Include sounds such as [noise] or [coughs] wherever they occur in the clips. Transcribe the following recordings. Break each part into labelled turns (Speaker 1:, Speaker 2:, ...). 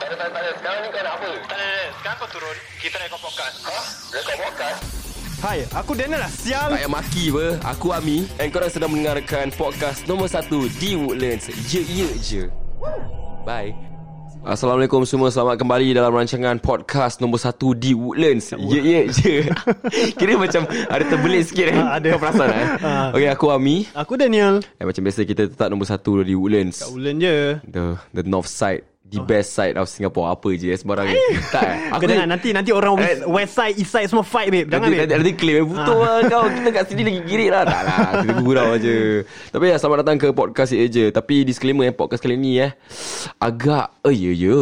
Speaker 1: tak ada tanya Sekarang ni kau nak apa?
Speaker 2: Tak ada, sekarang kau turun. Kita nak ikut podcast.
Speaker 1: Ha? Rekod podcast?
Speaker 3: Hai, aku Daniel lah sial.
Speaker 4: Tak payah maki apa Aku Ami And korang sedang mendengarkan Podcast nombor 1 Di Woodlands Ye ye je Bye Assalamualaikum semua Selamat kembali dalam rancangan Podcast nombor 1 Di Woodlands Ye ye je [laughs] Kira macam Ada terbelit sikit kan
Speaker 3: Ah, ada.
Speaker 4: Kau perasan kan
Speaker 3: [laughs] Ah.
Speaker 4: Okay aku Ami
Speaker 3: Aku Daniel.
Speaker 4: eh, Macam biasa kita tetap nombor 1 Di Woodlands
Speaker 3: Kat Ulen je.
Speaker 4: The the north side
Speaker 3: Oh.
Speaker 4: The best side of Singapore Apa je eh, sembarang ni. Tak eh?
Speaker 3: Aku
Speaker 4: ni- Eh,
Speaker 3: jangan nanti nanti orang west, west side, east side semua fight babe. Jangan
Speaker 4: Nanti, nanti,
Speaker 3: babe.
Speaker 4: nanti claim Betul lah kau Kita kat sini lagi girit lah Tak lah Kita gurau je Tapi ya selamat datang ke podcast Ye je Tapi disclaimer eh Podcast kali ni eh Agak Eh ya ya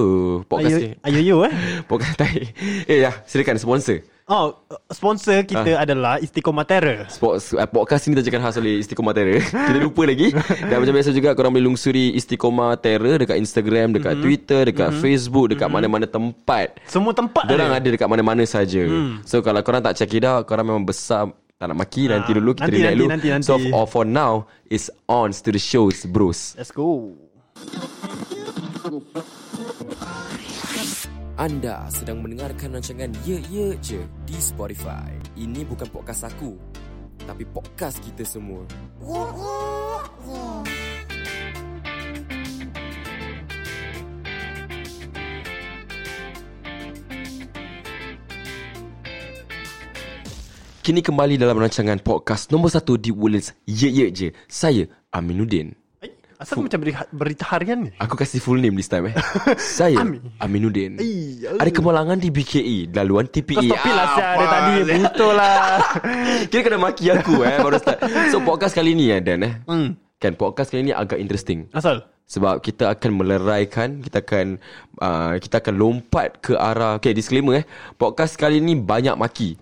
Speaker 4: Podcast
Speaker 3: Ayo,
Speaker 4: ni
Speaker 3: ayo you
Speaker 4: [laughs]
Speaker 3: eh.
Speaker 4: Podcast tai Eh ya silakan sponsor
Speaker 3: Oh, sponsor kita
Speaker 4: Ah.
Speaker 3: adalah Istiqomatera.
Speaker 4: Sports, eh, Podcast ni terjakan khas oleh Istiqomah Terror Kita lupa lagi Dan macam biasa juga Korang boleh lungsuri Istiqomah Terror Dekat Instagram Dekat Twitter Dekat Facebook Dekat mana-mana tempat
Speaker 3: Semua tempat
Speaker 4: Diorang ada dekat mana-mana saja. Hmm. So kalau korang tak check it out, korang memang besar tak nak maki
Speaker 3: Ah,
Speaker 4: nanti dulu kita
Speaker 3: nanti,
Speaker 4: relax
Speaker 3: nanti,
Speaker 4: dulu.
Speaker 3: nanti, nanti.
Speaker 4: So for, for now is on to the shows bros.
Speaker 3: Let's go.
Speaker 4: Anda sedang mendengarkan rancangan Ye Ye Je di Spotify. Ini bukan podcast aku, tapi podcast kita semua. Kini kembali dalam rancangan podcast nombor satu di Woodlands Ye Ye Je. Saya Aminuddin.
Speaker 3: Eh, Asal macam berita, berita harian ni?
Speaker 4: Aku kasih full name this time eh. Saya
Speaker 3: Ami.
Speaker 4: Aminuddin.
Speaker 3: Eh, eh.
Speaker 4: Ada kemalangan di BKE, laluan E.
Speaker 3: Kau
Speaker 4: TPE.
Speaker 3: stopin lah sial dari
Speaker 4: apa?
Speaker 3: tadi. Betul lah.
Speaker 4: [laughs] Kira kena maki aku eh baru start. So podcast kali ni eh Dan eh.
Speaker 3: Hmm.
Speaker 4: Kan podcast kali ni agak interesting
Speaker 3: Asal?
Speaker 4: sebab kita akan meleraikan, kita akan uh, kita akan lompat ke arah Okay disclaimer eh. Podcast kali ni banyak maki.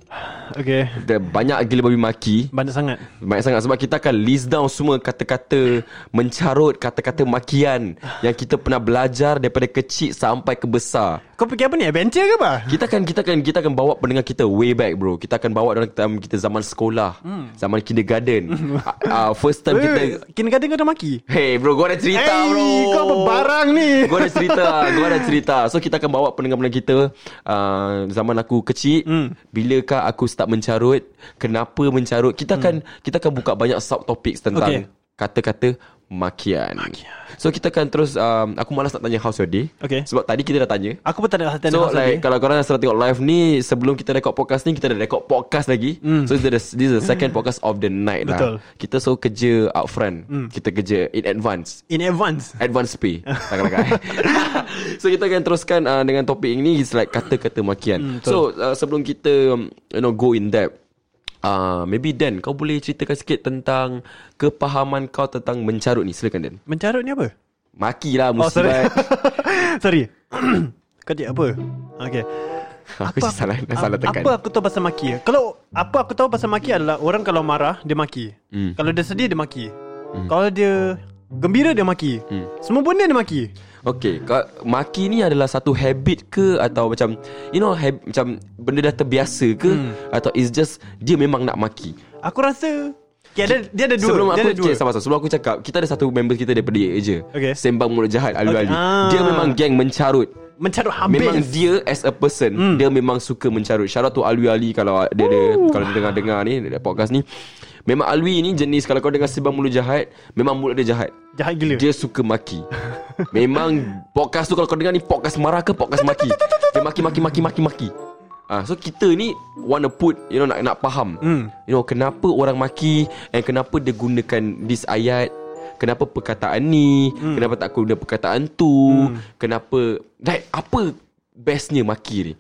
Speaker 3: Okay.
Speaker 4: Ada banyak gila babi maki.
Speaker 3: Banyak sangat.
Speaker 4: Banyak sangat sebab kita akan list down semua kata-kata mencarut, kata-kata makian yang kita pernah belajar daripada kecil sampai ke besar.
Speaker 3: Kau fikir apa ni? Adventure ke apa?
Speaker 4: Kita akan kita akan kita akan bawa pendengar kita way back bro. Kita akan bawa dalam time kita zaman sekolah,
Speaker 3: Hmm.
Speaker 4: zaman kindergarten.
Speaker 3: [laughs]
Speaker 4: Ah, ah, first time kita
Speaker 3: Kita... Kindergarten Eh, kau dah maki?
Speaker 4: Hey bro, gua ada cerita
Speaker 3: Hey,
Speaker 4: bro.
Speaker 3: kau apa barang ni?
Speaker 4: Gua ada cerita,
Speaker 3: [laughs]
Speaker 4: gua ada cerita. So kita akan bawa pendengar-pendengar kita uh, zaman aku kecil,
Speaker 3: Hmm.
Speaker 4: mm. bilakah aku start mencarut, kenapa mencarut. Kita akan kita akan buka banyak subtopics
Speaker 3: Hmm. Okay.
Speaker 4: tentang kata-kata makian. makian. So kita akan terus um, aku malas nak tanya how's your day.
Speaker 3: Okay.
Speaker 4: Sebab tadi kita dah tanya.
Speaker 3: Aku pun tak ada hati
Speaker 4: So like kalau korang sedang tengok live ni Sebelum kita rekod podcast ni Kita ada rekod podcast lagi mm. So this is, the, this is the second podcast of the
Speaker 3: Hmm.
Speaker 4: night
Speaker 3: Betul. Hmm.
Speaker 4: lah Kita so kerja out front mm. Kita kerja in advance
Speaker 3: In advance.
Speaker 4: Advance pay Tak kelakar eh. [laughs] So kita akan teruskan uh, Dengan topik ini It's like
Speaker 3: Hmm,
Speaker 4: kata-kata makian mm, So uh, sebelum kita um, You know go in depth uh, Maybe Dan Kau boleh ceritakan sikit tentang Kepahaman kau tentang mencarut ni Silakan Dan
Speaker 3: Mencarut ni apa?
Speaker 4: Maki lah
Speaker 3: Oh, sorry. [laughs]
Speaker 4: musibat
Speaker 3: sorry. [clears throat] kau cakap apa? Okay.
Speaker 4: Aku salah salah tekan
Speaker 3: Apa aku tahu pasal maki? Kalau apa aku tahu pasal maki adalah orang kalau marah dia maki.
Speaker 4: Hmm.
Speaker 3: Kalau dia sedih dia maki. Kalau dia gembira dia maki.
Speaker 4: Hmm.
Speaker 3: Semua benda dia maki.
Speaker 4: Okay kau- Maki ni adalah satu habit ke Atau macam You know hab, Macam Benda dah terbiasa ke hmm. Atau it's just Dia memang nak maki
Speaker 3: Aku rasa okay, dia, dia ada dua.
Speaker 4: Sebelum
Speaker 3: dia
Speaker 4: aku
Speaker 3: ada dua.
Speaker 4: okay, sabar, sabar. Sebelum aku cakap Kita ada satu member kita daripada Ye je
Speaker 3: Okay.
Speaker 4: Sembang mulut jahat
Speaker 3: Okay.
Speaker 4: Alu-alu
Speaker 3: Ah.
Speaker 4: Dia memang geng mencarut
Speaker 3: Mencarut habis.
Speaker 4: Memang dia as a person hmm. Dia memang suka mencarut Shout out to Alwi Ali Kalau dia ada Kalau dia dengar-dengar ni dia ada Podcast ni Memang Alwi ni jenis Kalau kau dengar sembang mulut jahat Memang mulut dia jahat
Speaker 3: Jahat gila.
Speaker 4: dia suka [laughs] maki Memang Podcast tu kalau kau dengar ni Podcast marah ke Podcast maki Dia maki maki maki maki maki Ah, so kita ni wanna put you know nak nak faham. Mm. You know kenapa orang maki and kenapa dia gunakan this ayat? Kenapa perkataan ni? Mm. Kenapa tak guna perkataan tu? Mm. Kenapa like apa bestnya maki ni?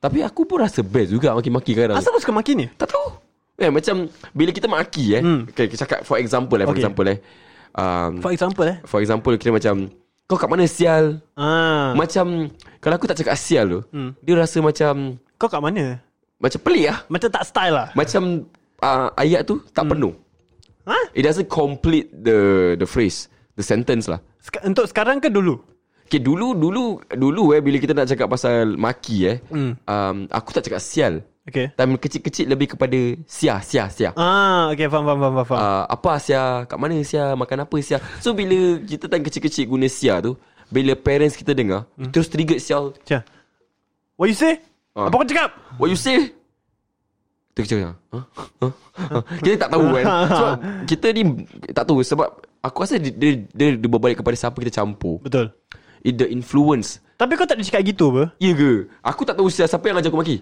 Speaker 4: Tapi aku pun rasa best juga maki-maki kadang.
Speaker 3: Asal kau suka maki ni?
Speaker 4: Tak tahu. Eh, macam bila kita maki eh. Hmm. Okay, kita cakap for example eh, for
Speaker 3: Okay.
Speaker 4: example eh. Um,
Speaker 3: For example eh.
Speaker 4: For example Kira macam Kau kat mana sial
Speaker 3: Ah,
Speaker 4: Macam Kalau aku tak cakap sial tu hmm. Dia rasa macam
Speaker 3: kau kat mana?
Speaker 4: Macam pelik
Speaker 5: ah.
Speaker 4: lah
Speaker 3: Macam tak style lah.
Speaker 4: Macam uh, Ayat tu Tak hmm. penuh
Speaker 3: Ha?
Speaker 4: It doesn't complete The the phrase The sentence lah
Speaker 3: Sek- untuk sekarang ke dulu?
Speaker 5: Eh,
Speaker 4: Okay dulu Dulu Dulu eh Bila kita nak cakap pasal Maki eh hmm. um, Aku tak cakap sial
Speaker 3: Okay.
Speaker 4: Time kecil-kecil Lebih kepada Sia Sia Sia
Speaker 3: Ah, okay faham faham faham
Speaker 5: Ah.
Speaker 3: faham.
Speaker 4: uh, apa Sia, kat mana Sia, makan apa Sia. So bila kita time kecil-kecil guna Sia tu,
Speaker 5: Bila parents kita dengar
Speaker 4: Hmm.
Speaker 5: Terus triggered sial
Speaker 3: Macam What you say?
Speaker 5: Ah.
Speaker 3: Apa kau cakap?
Speaker 5: What you say? Kita kecil macam huh? Huh? Huh? Kita tak tahu kan Sebab kita ni Tak tahu sebab Aku rasa dia, dia, dia, dia berbalik kepada siapa kita campur
Speaker 3: Betul
Speaker 5: It, The influence
Speaker 3: Tapi kau tak ada cakap gitu apa?
Speaker 5: Iya ke? Aku tak tahu sial siapa yang ajar aku maki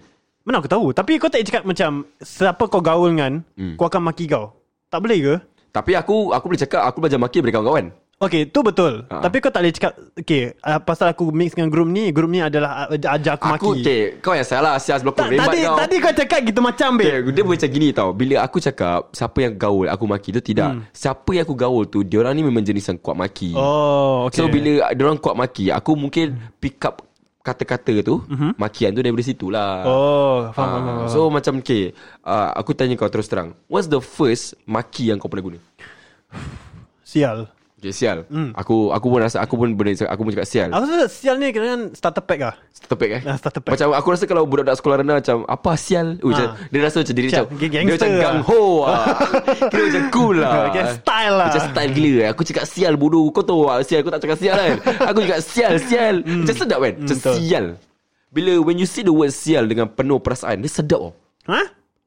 Speaker 3: Mana aku tahu Tapi kau tak ada cakap macam Siapa kau gaul dengan
Speaker 5: Hmm.
Speaker 3: Kau akan maki kau Tak boleh ke?
Speaker 5: Tapi aku aku boleh cakap Aku belajar maki daripada kawan-kawan
Speaker 3: Okay tu betul
Speaker 5: Ah.
Speaker 3: Tapi kau tak boleh cakap Okay uh, Pasal aku mix dengan group ni Group ni adalah uh, Ajar aku,
Speaker 5: Aku
Speaker 3: maki
Speaker 5: okay, Kau yang salah Sial sebelum aku
Speaker 3: tak,
Speaker 5: rembat
Speaker 3: tadi,
Speaker 5: kau
Speaker 3: tadi kau cakap gitu macam
Speaker 5: Dia,
Speaker 3: babe
Speaker 5: dia macam gini tau Bila aku cakap Siapa yang gaul Aku maki tu tidak
Speaker 3: Hmm.
Speaker 5: Siapa yang aku gaul tu Diorang ni memang jenis yang kuat maki
Speaker 3: Oh okay
Speaker 5: So bila diorang kuat maki Aku mungkin Pick up Kata-kata tu Makian tu daripada situ lah
Speaker 3: Oh faham,
Speaker 5: Ah,
Speaker 3: Mhm. faham, faham, faham.
Speaker 5: So macam okay uh, Aku tanya kau terus terang What's the first Maki yang kau pernah guna
Speaker 3: Sial
Speaker 5: Okay sial
Speaker 3: Hmm.
Speaker 5: Aku aku pun rasa Aku pun boleh Aku pun cakap sial
Speaker 3: Aku rasa sial ni kena starter pack lah
Speaker 5: Starter pack eh
Speaker 3: Ah, starter pack.
Speaker 5: Macam aku rasa kalau budak-budak sekolah rendah Macam apa sial Ui,
Speaker 3: Ah.
Speaker 5: macam, Dia rasa macam diri
Speaker 3: Macam
Speaker 5: macam Dia
Speaker 3: gangster
Speaker 5: macam
Speaker 3: lah.
Speaker 5: gang ho
Speaker 3: [laughs]
Speaker 5: lah. Kira macam cool lah
Speaker 3: Macam style lah.
Speaker 5: Macam style gila eh. Aku cakap sial bodoh Kau tahu lah sial Kau tak cakap sial kan Aku cakap sial sial Macam sedap kan Macam
Speaker 3: Hmm. betul.
Speaker 5: sial Bila when you see the word sial Dengan penuh perasaan Dia sedap oh.
Speaker 3: Ha?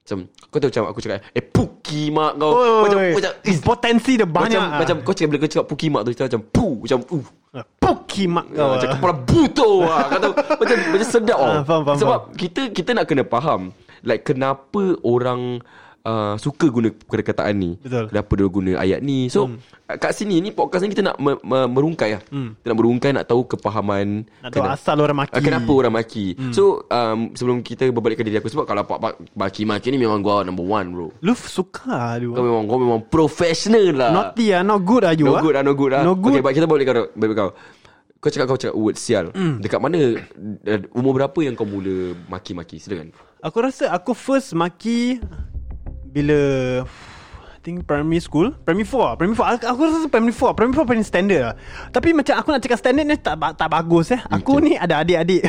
Speaker 5: Macam Kau tahu macam aku cakap Eh puki mak kau
Speaker 3: Oh,
Speaker 5: Macam
Speaker 3: oi.
Speaker 5: Macam is-
Speaker 3: Potensi dia banyak
Speaker 5: macam,
Speaker 3: ah.
Speaker 5: macam kau cakap bila kau cakap puki mak tu kita macam pu macam uh
Speaker 3: Pokimak kau
Speaker 5: Ya, macam
Speaker 3: lah.
Speaker 5: kepala buto ah. Kau tahu macam macam sedap oh.
Speaker 3: Ah, faham, faham,
Speaker 5: Sebab kita kita nak kena faham like kenapa orang uh, suka guna perkataan ni.
Speaker 3: Betul.
Speaker 5: Kenapa dia guna ayat ni. So
Speaker 3: Hmm.
Speaker 5: kat sini ni podcast ni kita nak me- me- merungkai lah. Kita nak merungkai nak tahu kepahaman
Speaker 3: Nak tahu asal orang maki
Speaker 5: Ah, Kenapa orang maki
Speaker 3: Hmm.
Speaker 5: So um, Sebelum kita berbalik ke diri aku Sebab kalau pak maki-maki ni Memang gua number one bro
Speaker 3: Lu suka lah
Speaker 5: Kau
Speaker 3: lu
Speaker 5: memang Kau memang professional lah
Speaker 3: Naughty lah Not good lah you
Speaker 5: No
Speaker 3: ah.
Speaker 5: good lah No good lah
Speaker 3: No
Speaker 5: Okay
Speaker 3: good
Speaker 5: baik kita balik kau Baik kau Kau cakap kau cakap word sial mm.
Speaker 3: Hmm.
Speaker 5: Dekat mana uh, Umur berapa yang kau mula Maki-maki Silakan
Speaker 3: Aku rasa aku first maki Bila I think primary school Primary 4 Primary 4 aku, aku rasa primary 4 Primary 4 paling standard lah Tapi macam aku nak cakap standard ni Tak, ba- tak bagus eh Aku ni ada adik-adik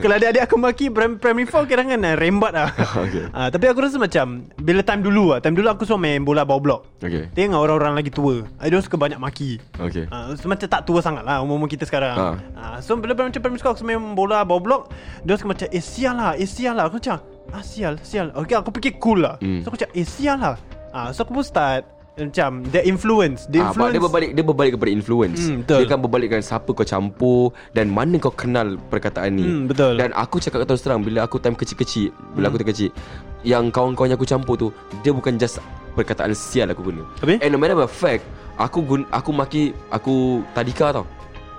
Speaker 3: Kalau adik-adik aku maki prim- Primary 4 kira kan ah, rembat lah
Speaker 5: Okay.
Speaker 3: Ah, Tapi aku rasa macam Bila time dulu lah Time dulu aku semua main bola bawah blok
Speaker 5: Okay
Speaker 3: Tengok orang-orang lagi tua I don't suka banyak maki
Speaker 5: Okay
Speaker 3: Ah, so macam tak tua sangat lah Umur-umur kita sekarang
Speaker 5: Ah.
Speaker 3: ah. So bila bila macam primary school Aku main bola bawah blok Dia suka macam Eh sial lah Eh sial lah Aku macam Ah sial sial Okay aku fikir cool lah
Speaker 5: Hmm.
Speaker 3: So aku macam Eh sial lah ah, So aku pun start eh, Macam The influence The
Speaker 5: Ah, but
Speaker 3: influence
Speaker 5: dia berbalik dia berbalik kepada influence.
Speaker 3: Mm, betul.
Speaker 5: dia akan berbalikkan siapa kau campur dan mana kau kenal perkataan ni.
Speaker 3: Mm, betul.
Speaker 5: Dan aku cakap kau terus terang bila aku time kecil-kecil, bila aku time kecil, yang kawan-kawan yang aku campur tu, dia bukan just perkataan sial aku guna.
Speaker 3: Habis?
Speaker 5: And no matter of fact, aku gun, aku maki aku tadika tau.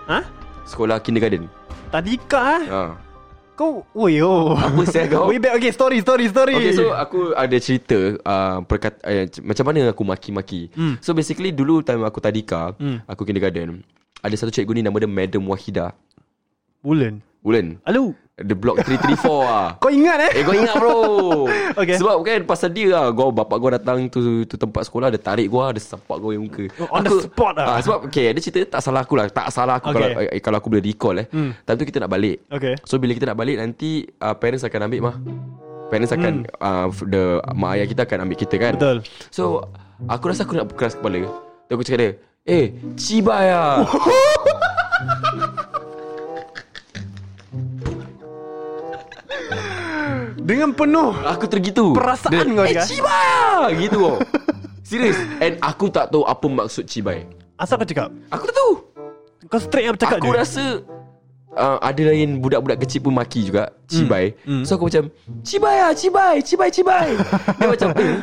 Speaker 3: Ha?
Speaker 5: Sekolah kindergarten.
Speaker 3: Tadika eh
Speaker 5: Ha.
Speaker 3: Kau Oi oh
Speaker 5: Apa sial kau?
Speaker 3: [laughs] Way back Okay story story story
Speaker 5: Okay Eh, so aku ada cerita uh, perkat, uh, Macam mana aku maki-maki
Speaker 3: Hmm.
Speaker 5: So basically dulu time aku tadika
Speaker 3: Hmm.
Speaker 5: Aku kindergarten Ada satu cikgu ni nama dia Madam Wahida
Speaker 3: Bulan
Speaker 5: Ulan
Speaker 3: Alu
Speaker 5: The block 334 ah.
Speaker 3: Kau ingat
Speaker 5: Eh
Speaker 3: eh
Speaker 5: kau ingat bro
Speaker 3: [laughs] Okay.
Speaker 5: Sebab kan pasal dia lah gua, Bapak gua datang tu, tu tempat sekolah Dia tarik gua Dia sepak gua yang muka
Speaker 3: On the spot lah.
Speaker 5: ah, Sebab okay, dia cerita tak salah aku lah Tak salah aku
Speaker 3: Okay.
Speaker 5: kalau, eh, kalau aku boleh recall eh
Speaker 3: Hmm.
Speaker 5: Time tu kita nak balik
Speaker 3: Okay
Speaker 5: So bila kita nak balik nanti uh, parents akan ambil mah. Parents akan hmm. uh, the mak ayah kita akan ambil kita kan.
Speaker 3: Betul
Speaker 5: So aku rasa aku nak keras kepala. Tu aku cakap dia, "Eh, cibai ah."
Speaker 3: Dengan penuh
Speaker 5: aku tergitu.
Speaker 3: Perasaan
Speaker 5: dia,
Speaker 3: kau
Speaker 5: "Eh,
Speaker 3: dia."
Speaker 5: cibai ah." Gitu
Speaker 3: [laughs]
Speaker 5: oh. Serius. And aku tak tahu apa maksud cibai.
Speaker 3: Asal kau cakap
Speaker 5: Aku tak tahu.
Speaker 3: Kau straight up cakap
Speaker 5: aku
Speaker 3: je
Speaker 5: rasa uh, ada lain budak-budak kecil pun maki juga cibai
Speaker 3: Mm.
Speaker 5: so aku macam cibai ah cibai cibai cibai [laughs] dia macam eh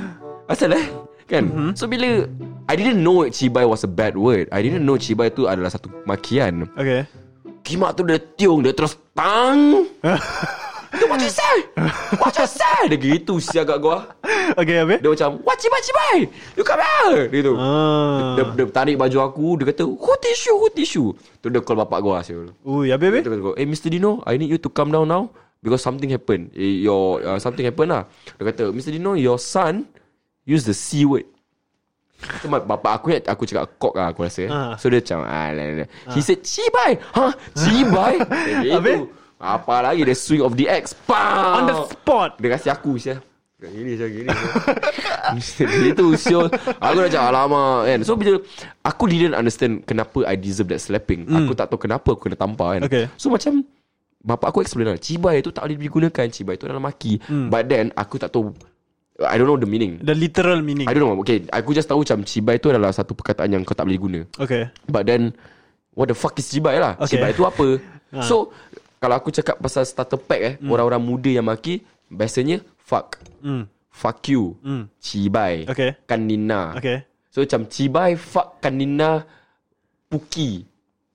Speaker 5: asal eh kan mm-hmm. so bila I didn't know cibai was a bad word I didn't know cibai tu adalah satu makian
Speaker 3: Okay
Speaker 5: kimak tu dia tiung dia terus [laughs] tang dia what you say what you say dia gitu siap kat gua
Speaker 3: Okay habis
Speaker 5: dia macam what cibai cibai you come here dia gitu
Speaker 3: Ah.
Speaker 5: dia, dia, tarik baju aku Dia kata Who tissue Who tissue Tu dia call bapak gua Syul
Speaker 3: Ui habis habis
Speaker 5: dia kata, eh Mr. Dino, I need you to come down now because something happened. Eh, your uh, something happened lah. Dia kata, Mr. Dino, your son use the C word. Cuma bapak aku ingat aku cakap kok lah aku rasa.
Speaker 3: Ah.
Speaker 5: Uh. So dia macam ah, lah, lah. He said cibai. Ha?
Speaker 3: [laughs]
Speaker 5: Cibai? Dia
Speaker 3: Habis?
Speaker 5: gitu. Apa lagi dia swing of the X. Pow!
Speaker 3: On the spot
Speaker 5: Dia kasi aku sia. Kat gini macam gini [laughs] Dia tu usul Aku dah cakap Alamak kan So bila Aku didn't understand Kenapa I deserve that slapping Aku tak tahu kenapa Aku kena tampar kan
Speaker 3: Okay.
Speaker 5: So macam Bapak aku explain lah Cibai tu tak boleh digunakan Cibai tu adalah maki But then Aku tak tahu I don't know the meaning
Speaker 3: The literal meaning
Speaker 5: I don't know Okay Aku just tahu macam Cibai tu adalah Satu perkataan yang kau tak boleh guna
Speaker 3: Okay
Speaker 5: But then What the fuck is cibai lah
Speaker 3: Okay. Ha.
Speaker 5: okay. Cibai tu
Speaker 3: [laughs]
Speaker 5: apa So Kalau aku cakap pasal starter pack eh Orang-orang muda yang maki Biasanya Fuck
Speaker 3: Hmm.
Speaker 5: Fuck you Kan
Speaker 3: Hmm.
Speaker 5: Cibai
Speaker 3: Okay.
Speaker 5: Kanina
Speaker 3: Okay
Speaker 5: So macam cibai Fuck kanina Puki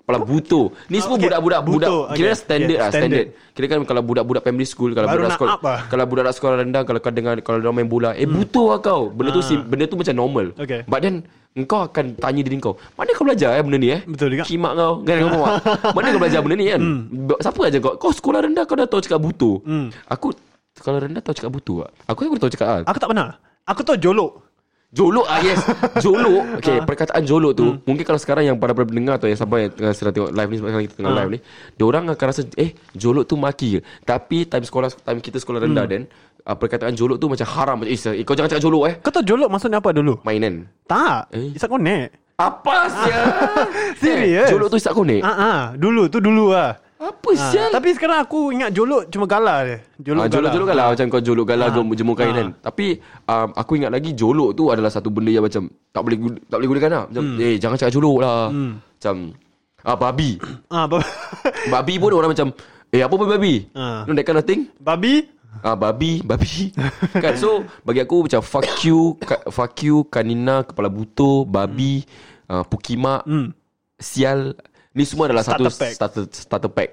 Speaker 5: Kepala buto Ni semua
Speaker 3: okay.
Speaker 5: budak-budak
Speaker 3: Buto,
Speaker 5: budak
Speaker 3: okay.
Speaker 5: Kira standard
Speaker 3: Okay,
Speaker 5: lah standard. Kira kan kalau budak-budak primary school Kalau
Speaker 3: Baru
Speaker 5: budak
Speaker 3: nak
Speaker 5: sekolah
Speaker 3: up lah. Hmm.
Speaker 5: Kalau budak sekolah rendah Kalau kau dengar Kalau dia main bola Eh buto lah kau Benda tu sim, benda tu macam normal
Speaker 3: Ah. Okay.
Speaker 5: But then Engkau akan tanya diri kau Mana kau belajar eh benda ni eh
Speaker 3: Betul juga. Hmm.
Speaker 5: Kimak kau Kan kau
Speaker 3: [laughs]
Speaker 5: faham tak? Mana kau belajar benda ni kan Ba- Siapa aja kau Kau sekolah rendah Kau dah tahu cakap buto Aku Sekolah rendah tahu cakap buto tak? Aku aku tahu cakap ah.
Speaker 3: Aku tak pernah Aku tahu jolok
Speaker 5: Jolok ah [laughs] yes Jolok Ah. Hmm. Okay perkataan jolok tu Mungkin kalau sekarang Yang para pendengar tu Yang sampai tengah sedang tengok live ni Sekarang kita tengah live ni Diorang akan rasa Eh jolok tu maki ke Tapi time sekolah Time kita sekolah rendah dan uh, Perkataan jolok tu macam haram Macam, eh, sir, eh kau jangan cakap jolok eh
Speaker 3: Kau tahu jolok maksudnya apa dulu?
Speaker 5: Mainan
Speaker 3: Tak
Speaker 5: Eh.
Speaker 3: Isak connect
Speaker 5: Apa [laughs] sial
Speaker 3: Serious?
Speaker 5: Eh, Jolok tu isak konek
Speaker 3: Ah ah, Dulu tu dulu lah
Speaker 5: Apa
Speaker 3: Ah,
Speaker 5: sial
Speaker 3: Tapi sekarang aku ingat jolok cuma gala je. Jolok
Speaker 5: Ah,
Speaker 3: gala.
Speaker 5: jolok-jolok galah Macam kau jolok galah Kau jemur kain
Speaker 3: Ah.
Speaker 5: kan Tapi um, Aku ingat lagi Jolok tu adalah satu benda yang macam Tak boleh gun- tak boleh gunakan lah Macam Eh jangan cakap jolok lah Macam Ah babi
Speaker 3: Ah, bab-
Speaker 5: Babi pun orang macam Eh apa pun babi
Speaker 3: Ah.
Speaker 5: No that kind of thing
Speaker 3: [laughs] babi.
Speaker 5: Ah babi Babi
Speaker 3: [laughs]
Speaker 5: Kan so Bagi aku macam Fuck you ka, Fuck you Kanina Kepala buto Babi
Speaker 3: Hmm.
Speaker 5: ah, Pukima Sial Ni semua adalah
Speaker 3: Starter
Speaker 5: satu
Speaker 3: pack. Hmm.
Speaker 5: starter starter pack.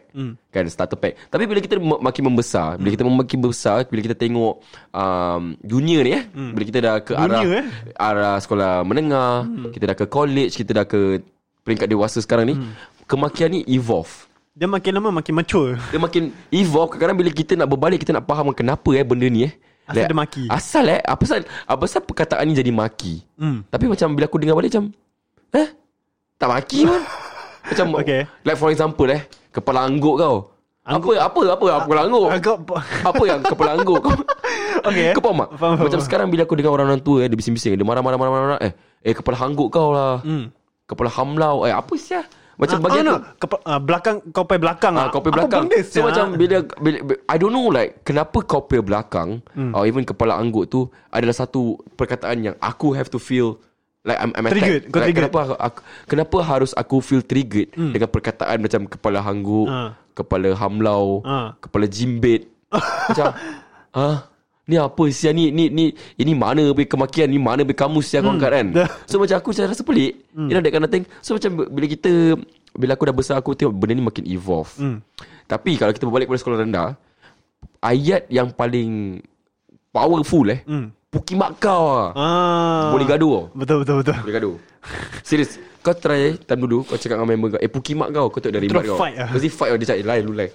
Speaker 5: Kan starter pack. Tapi bila kita me- makin membesar, bila kita makin membesar, bila kita tengok um, dunia ni eh, bila kita dah ke
Speaker 3: Hmm. Dunia,
Speaker 5: arah
Speaker 3: eh? Hmm.
Speaker 5: arah sekolah menengah, kita dah ke college, kita dah ke peringkat dewasa sekarang ni,
Speaker 3: Hmm.
Speaker 5: kemakian ni evolve.
Speaker 3: Dia makin lama makin mature.
Speaker 5: Dia makin evolve Kadang-kadang bila kita nak berbalik Kita nak faham kenapa eh benda ni eh
Speaker 3: Asal dia maki.
Speaker 5: Asal eh Apa pasal Apa pasal perkataan ni jadi maki hmm. Tapi macam bila aku dengar balik macam Eh Tak maki pun
Speaker 3: [laughs]
Speaker 5: Macam
Speaker 3: Okay.
Speaker 5: Like for example eh Kepala angguk kau
Speaker 3: Angguk?
Speaker 5: Apa apa apa kepala angguk
Speaker 3: Agak
Speaker 5: apa yang kepala angguk
Speaker 3: [laughs]
Speaker 5: kau
Speaker 3: Ah, Okay.
Speaker 5: Kau faham tak
Speaker 3: Eh, Faham, faham,
Speaker 5: Macam
Speaker 3: faham.
Speaker 5: sekarang bila aku dengar orang-orang tua eh, Dia bising-bising Dia marah-marah marah, marah, Eh eh kepala angguk kau lah Kepala hamlau Eh apa siah Macam bagi
Speaker 3: Hmm. ah,
Speaker 5: aku
Speaker 3: no. Kepa- ah, belakang kau pay belakang.
Speaker 5: Ah,
Speaker 3: ah.
Speaker 5: kopi
Speaker 3: Apa
Speaker 5: belakang.
Speaker 3: benda
Speaker 5: So
Speaker 3: sial?
Speaker 5: macam bila, bila bila- I don't know like kenapa kopi belakang hmm. or even kepala angguk tu adalah satu perkataan yang aku have to feel like I'm, I'm attacked.
Speaker 3: Triggered. Kau
Speaker 5: like,
Speaker 3: triggered.
Speaker 5: Kenapa aku, aku, kenapa harus aku feel triggered hmm. dengan perkataan macam kepala angguk,
Speaker 3: Ah.
Speaker 5: kepala hamlau,
Speaker 3: Ah.
Speaker 5: kepala jimbit. macam
Speaker 3: [laughs]
Speaker 5: ah Ni apa sial ni ni ni ini mana be kemakian ni mana be kamus sial
Speaker 4: Hmm.
Speaker 5: kau angkat
Speaker 3: [laughs]
Speaker 5: kan.
Speaker 3: Dah.
Speaker 5: So macam aku macam rasa pelik
Speaker 3: Hmm.
Speaker 5: mm. You know that kind of thing So macam bila kita Bila aku dah besar Aku tengok benda ni makin evolve mm.
Speaker 3: Hmm.
Speaker 5: Tapi kalau kita berbalik pada sekolah rendah Ayat yang paling Powerful eh mm. Pukimak kau lah
Speaker 3: Hmm. ah.
Speaker 5: Boleh gaduh tau
Speaker 3: Betul betul betul.
Speaker 5: Boleh gaduh Serius Kau try eh, time dulu Kau cakap dengan member kau Eh pukimak kau Kau tak dari
Speaker 3: Terus
Speaker 5: ribat kau
Speaker 3: fight lah.
Speaker 5: Mesti fight lah Dia cakap Lai
Speaker 3: [laughs]
Speaker 5: lu lai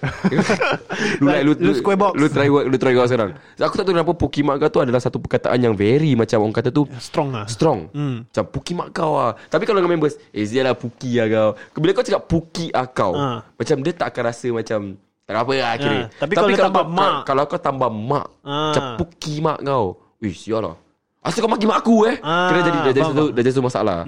Speaker 5: [laughs] Lu lai lu,
Speaker 3: Lu square box.
Speaker 5: Lu try work Lu try kau sekarang Aku tak tahu kenapa Pukimak kau tu adalah Satu perkataan yang very Macam orang kata tu
Speaker 3: Strong lah.
Speaker 5: Strong Macam Puki mak kau lah Tapi kalau dengan members Eh Zia lah Puki lah kau Bila kau cakap Puki lah kau
Speaker 3: Ah.
Speaker 5: Macam dia tak akan rasa macam Tak apa lah kira
Speaker 3: Ah, tapi kalau dia tambah
Speaker 5: kau,
Speaker 3: mak.
Speaker 5: Kalau kau tambah mak
Speaker 3: Ah.
Speaker 5: Macam Puki mak kau Wih Zia lah Asal kau maki mak aku eh
Speaker 3: Ah,
Speaker 5: Kira jadi Dah jadi
Speaker 3: faham, Hmm.
Speaker 5: satu, dah jadi satu masalah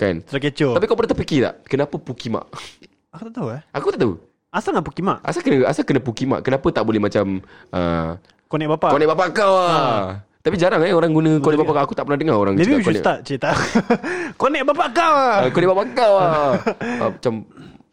Speaker 5: Kan
Speaker 3: Terus kecoh.
Speaker 5: Tapi kau pernah terfikir tak Kenapa Puki mak [laughs]
Speaker 3: Aku tak tahu eh.
Speaker 5: Aku tak tahu
Speaker 3: Asal nak pukimak?
Speaker 5: Asal kena asal kena Puki mak Kenapa tak boleh macam uh,
Speaker 3: Connect bapak.
Speaker 5: Konek bapak kau lah Tapi jarang eh orang guna Konek bapak kau Aku tak pernah dengar orang
Speaker 3: Ha. Maybe we
Speaker 5: cakap
Speaker 3: should
Speaker 5: konek-
Speaker 3: start cerita. [laughs] Connect bapak kau lah.
Speaker 5: Ah, Kau dia bapak kau [laughs] lah Ah, Macam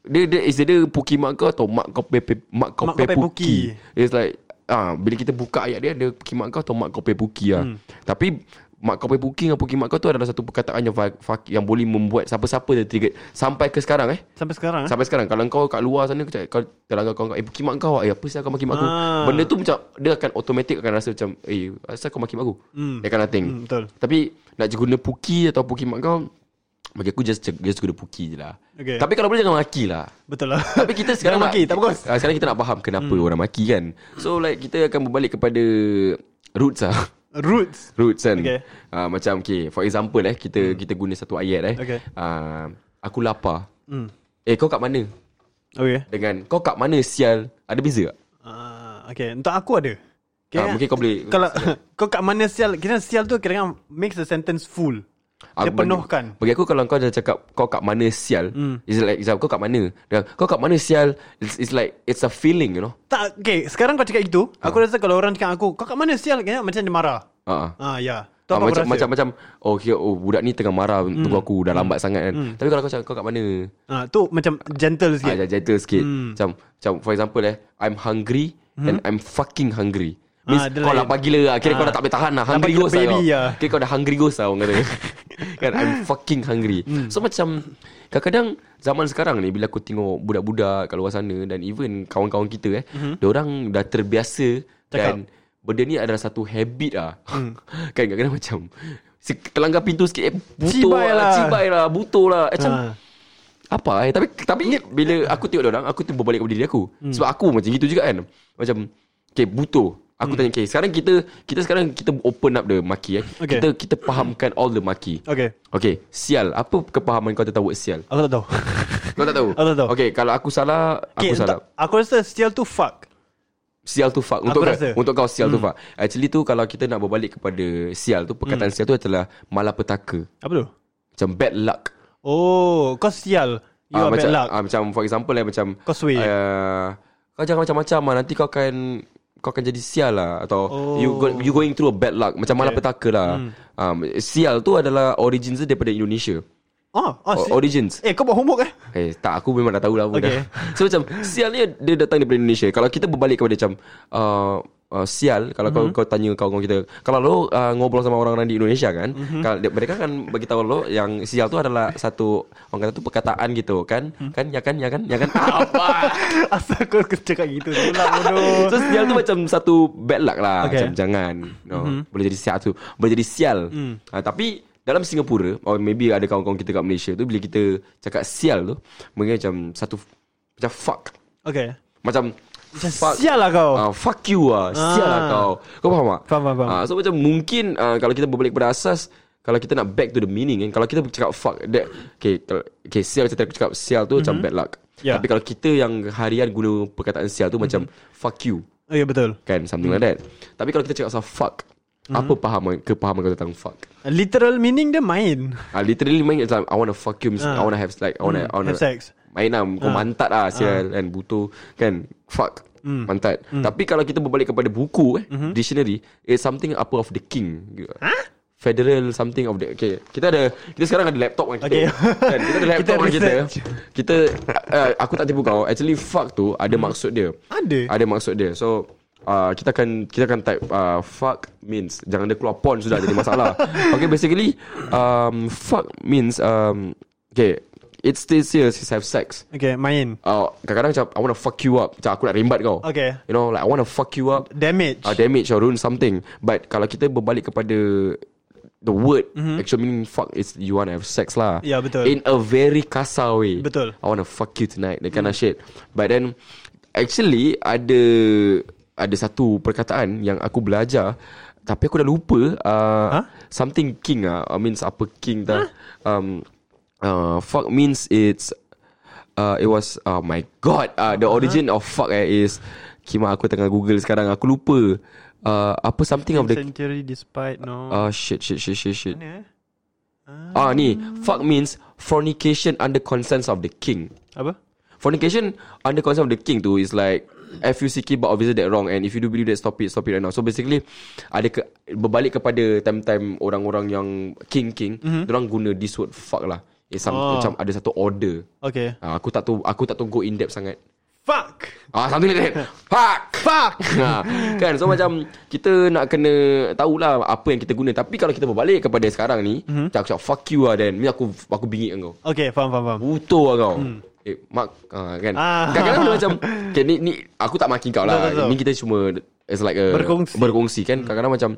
Speaker 5: Dia dia Is dia puki mak kau Atau mak kau pe, pe, Mak kau pe
Speaker 3: Mak kau pe puki.
Speaker 5: puki It's like ah, Bila kita buka ayat dia Dia puki mak kau Atau mak kau pe puki lah Tapi Mak kau pe puki Dengan puki mak kau tu Adalah satu perkataan yang fa- fa- Yang boleh membuat Siapa-siapa dia trigger Sampai ke sekarang eh
Speaker 3: Sampai sekarang eh.
Speaker 5: Sampai sekarang Kalau kau kat luar sana Kau cakap kau Terlanggar kau kau, Eh puki mak kau lah. Eh apa sih kau maki mak aku
Speaker 3: Ah.
Speaker 5: Benda tu macam Dia akan automatic Akan rasa macam Eh asal kau maki mak aku hmm. That kind of thing
Speaker 3: Hmm, betul.
Speaker 5: Tapi Nak guna puki Atau puki mak kau Bagi aku just Just guna puki je lah
Speaker 3: Okay.
Speaker 5: Tapi kalau boleh jangan maki lah
Speaker 3: Betul lah.
Speaker 5: tapi kita
Speaker 3: [laughs]
Speaker 5: sekarang
Speaker 3: Jangan maki, tak bagus. Hmm.
Speaker 5: Ah, Sekarang kita nak faham Kenapa orang maki kan So like Kita akan berbalik kepada Roots lah [laughs]
Speaker 3: Roots.
Speaker 5: Roots kan
Speaker 3: Okay. Hmm.
Speaker 5: okay. uh, Macam okay For example eh Kita kita guna satu ayat eh
Speaker 3: Okay. Hmm.
Speaker 5: uh, Aku lapar mm. Eh kau kat mana
Speaker 3: Okay.
Speaker 5: Dengan kau kat mana sial Ada beza tak?
Speaker 3: Uh, okay, Ah, untuk aku ada. Okay,
Speaker 5: Ah, mungkin kau boleh [laughs]
Speaker 3: Kalau [laughs] kau kat mana sial Kira sial tu kira Makes the sentence full Dia
Speaker 5: Aku Ah, bagi-
Speaker 3: penuhkan
Speaker 5: Bagi aku kalau kau dah cakap Kau kat mana sial mm. It's like Zab kau kat mana Dan, Kau kat mana sial it's, it's like It's a feeling you know
Speaker 3: Tak okay Sekarang kau cakap gitu
Speaker 5: Ah.
Speaker 3: Aku rasa kalau orang cakap aku Kau kat mana sial kira Macam dia marah
Speaker 5: uh-huh.
Speaker 3: Ah ya Tu
Speaker 5: Ah,
Speaker 3: apa
Speaker 5: macam,
Speaker 3: aku
Speaker 5: macam
Speaker 3: rasa
Speaker 5: macam oh, kira, oh budak ni tengah marah mm. tunggu aku dah lambat sangat kan. Tapi kalau kau cakap kau kat mana?
Speaker 3: Ah, Tu macam
Speaker 5: Ah,
Speaker 3: gentle sikit Hmm.
Speaker 5: dah gentle sikit. Macam macam for example eh I'm hungry and I'm fucking hungry. Means
Speaker 3: Ah, dia
Speaker 5: kau
Speaker 3: lain.
Speaker 5: lapar gila lah Kira kau
Speaker 3: Ah.
Speaker 5: dah tak boleh tahan lah
Speaker 3: Lapar
Speaker 5: Hungry
Speaker 3: gila
Speaker 5: ghost lah
Speaker 3: baby,
Speaker 5: kau
Speaker 3: ya.
Speaker 5: Kira kau dah hungry ghost lah Orang
Speaker 3: [laughs]
Speaker 5: kata Kan I'm fucking hungry
Speaker 3: Hmm.
Speaker 5: So macam Kadang-kadang Zaman sekarang ni Bila aku tengok Budak-budak Kat luar sana Dan even Kawan-kawan kita eh
Speaker 3: Hmm.
Speaker 5: Diorang dah terbiasa Dan Benda ni adalah satu habit lah
Speaker 3: Hmm.
Speaker 5: [laughs] Kan kadang-kadang macam si- Terlanggar pintu sikit eh, Butuh
Speaker 3: Cibai lah.
Speaker 5: Cibai lah Butuh lah Eh, Macam
Speaker 3: Ah.
Speaker 5: apa eh tapi tapi bila aku tengok orang aku tu berbalik kepada diri aku hmm. sebab aku macam gitu juga kan macam okay butuh aku hmm. tanya okay sekarang kita kita sekarang kita open up the maki eh
Speaker 3: Okay.
Speaker 5: kita kita fahamkan all the maki
Speaker 3: Okay
Speaker 5: okay sial apa kepahaman kau tentang word sial
Speaker 3: Aku tak tahu
Speaker 5: kau tak tahu
Speaker 3: [laughs] Aku tak tahu.
Speaker 5: okay kalau aku salah aku
Speaker 3: okay,
Speaker 5: salah
Speaker 3: tak- Aku rasa sial tu fuck
Speaker 5: sial tu fuck untuk kau,
Speaker 3: rasa. Hmm.
Speaker 5: untuk kau sial tu fuck actually tu kalau kita nak berbalik kepada sial tu perkataan
Speaker 3: Hmm.
Speaker 5: sial tu adalah malapetaka
Speaker 3: Apa tu
Speaker 5: macam bad luck
Speaker 3: Oh Kau sial You
Speaker 5: Ah,
Speaker 3: are
Speaker 5: macam,
Speaker 3: bad luck
Speaker 5: ah, Macam for example eh, Macam
Speaker 3: Kau sway.
Speaker 5: uh, Kau jangan macam-macam lah Nanti kau akan Kau akan jadi sial lah Atau
Speaker 3: Oh.
Speaker 5: oh. you, go, you going through a bad luck Macam okay. malapetaka lah um, Sial tu adalah Origins dia daripada Indonesia
Speaker 3: Oh, oh,
Speaker 5: O-
Speaker 3: sial.
Speaker 5: Origins
Speaker 3: Eh kau buat homework eh [laughs]
Speaker 5: Eh tak aku memang dah [laughs] tahu lah okay.
Speaker 3: Okay.
Speaker 5: So macam Sial ni dia datang daripada Indonesia Kalau kita berbalik kepada macam uh, uh, Sial Kalau mm-hmm. kau, kau tanya kawan-kawan kita Kalau lo uh, ngobrol sama orang-orang di Indonesia kan mm-hmm. kalau, dia- Mereka akan bagi tahu lo Yang sial tu adalah satu Orang kata tu perkataan gitu Kan Kan ya kan ya kan ya kan [laughs] Apa
Speaker 3: Asal kau cakap gitu pula
Speaker 5: [laughs]
Speaker 3: bodoh
Speaker 5: So sial tu macam satu bad luck lah
Speaker 3: Okay.
Speaker 5: okay. Macam jangan no. mm-hmm. Boleh jadi sial tu Boleh jadi sial mm. ha, Tapi dalam Singapura Or maybe ada kawan-kawan kita kat Malaysia tu Bila kita cakap sial tu Mungkin macam satu Macam fuck
Speaker 3: Okay
Speaker 5: Macam
Speaker 3: Macam sial lah kau
Speaker 5: Ah, fuck you lah Sial lah
Speaker 3: Ah.
Speaker 5: kau Kau faham tak?
Speaker 3: Faham, faham, faham.
Speaker 5: Ah, So macam mungkin ah, Kalau kita berbalik pada asas Kalau kita nak back to the meaning kan Kalau kita cakap fuck that, okay, kalau, okay sial macam tadi aku cakap Sial tu macam bad luck
Speaker 3: Ya.
Speaker 5: Tapi kalau kita yang harian guna perkataan sial tu Macam fuck you
Speaker 3: Oh ya betul
Speaker 5: Kan something like that Tapi kalau kita cakap pasal fuck
Speaker 3: Hmm.
Speaker 5: Apa pahaman Kepahaman kau tentang fuck
Speaker 3: Literal meaning dia main
Speaker 5: Ah, Literally main macam I wanna fuck you means I wanna have like I wanna, I wanna
Speaker 3: Ah. Hmm. Have Ah. sex
Speaker 5: Main lah Kau mantat lah Sial kan Butuh Kan Fuck
Speaker 3: Hmm.
Speaker 5: Mantat Tapi kalau kita berbalik kepada buku eh, Dictionary It's something apa of the king huh? Federal something of the Okay Kita ada Kita sekarang ada laptop kan kita,
Speaker 3: Okay.
Speaker 5: kan? Kita ada laptop
Speaker 3: [laughs] Kita
Speaker 5: kan kita
Speaker 3: research.
Speaker 5: Kita uh, Aku tak tipu kau Actually fuck tu
Speaker 3: Hmm.
Speaker 5: Ada maksud dia
Speaker 3: Ada?
Speaker 5: Ada maksud dia So Uh, kita akan kita akan type uh, fuck means jangan dia keluar porn sudah jadi
Speaker 3: [laughs]
Speaker 5: masalah. okay basically um, fuck means um, okay it's still serious is have sex.
Speaker 3: Okay main
Speaker 5: Uh, kadang-kadang macam I want to fuck you up Macam aku nak rembat kau
Speaker 3: Okay.
Speaker 5: You know like I want to fuck you up
Speaker 3: Damage
Speaker 5: uh, Damage or ruin something But kalau kita berbalik kepada The word mm-hmm. Actual meaning fuck Is you want to have sex lah
Speaker 3: Mhm. Ya, betul.
Speaker 5: In a very kasar way
Speaker 3: Betul.
Speaker 5: I want to fuck you tonight That kind mm. of shit But then Actually Ada Ada satu perkataan Yang aku belajar Tapi aku dah lupa uh,
Speaker 3: Huh?
Speaker 5: Something king ah uh, Means apa king dah um, uh, Fuck means it's uh, It was Oh my god uh, The origin of fuck eh, is Kima aku tengah google sekarang Aku lupa uh, Apa something of the
Speaker 3: Century despite no
Speaker 5: Ah uh, shit shit shit shit shit
Speaker 3: Mana eh?
Speaker 5: Ah ni Fuck means Fornication under consent of the king
Speaker 3: Apa?
Speaker 5: Fornication under consent of the king tu is like F-U-C-K but obviously that wrong And if you do believe that stop it Stop it right now So basically Ada ke, berbalik kepada Time-time orang-orang yang King-king mm-hmm. Diorang guna this word fuck lah It's some, oh.
Speaker 3: Oh.
Speaker 5: Macam ada satu order
Speaker 3: Okay
Speaker 5: ah, Aku tak tahu Aku tak tahu go in depth sangat
Speaker 3: Fuck
Speaker 5: Ah, something like that Fuck [laughs]
Speaker 3: Fuck
Speaker 5: ha, kan so macam kita nak kena tahulah apa yang kita guna tapi kalau kita berbalik kepada sekarang ni mm-hmm. aku cakap fuck you lah Dan ni aku aku bingit dengan kau
Speaker 3: Okay faham faham faham Hmm.
Speaker 5: butuh lah kau mm. eh mak ha, kan
Speaker 3: Ah.
Speaker 5: kadang-kadang dia macam okay, ni, ni aku tak maki kau lah
Speaker 3: Betul, betul.
Speaker 5: ni kita cuma it's like a,
Speaker 3: Berkongsi. Hmm.
Speaker 5: berkongsi kan kadang-kadang macam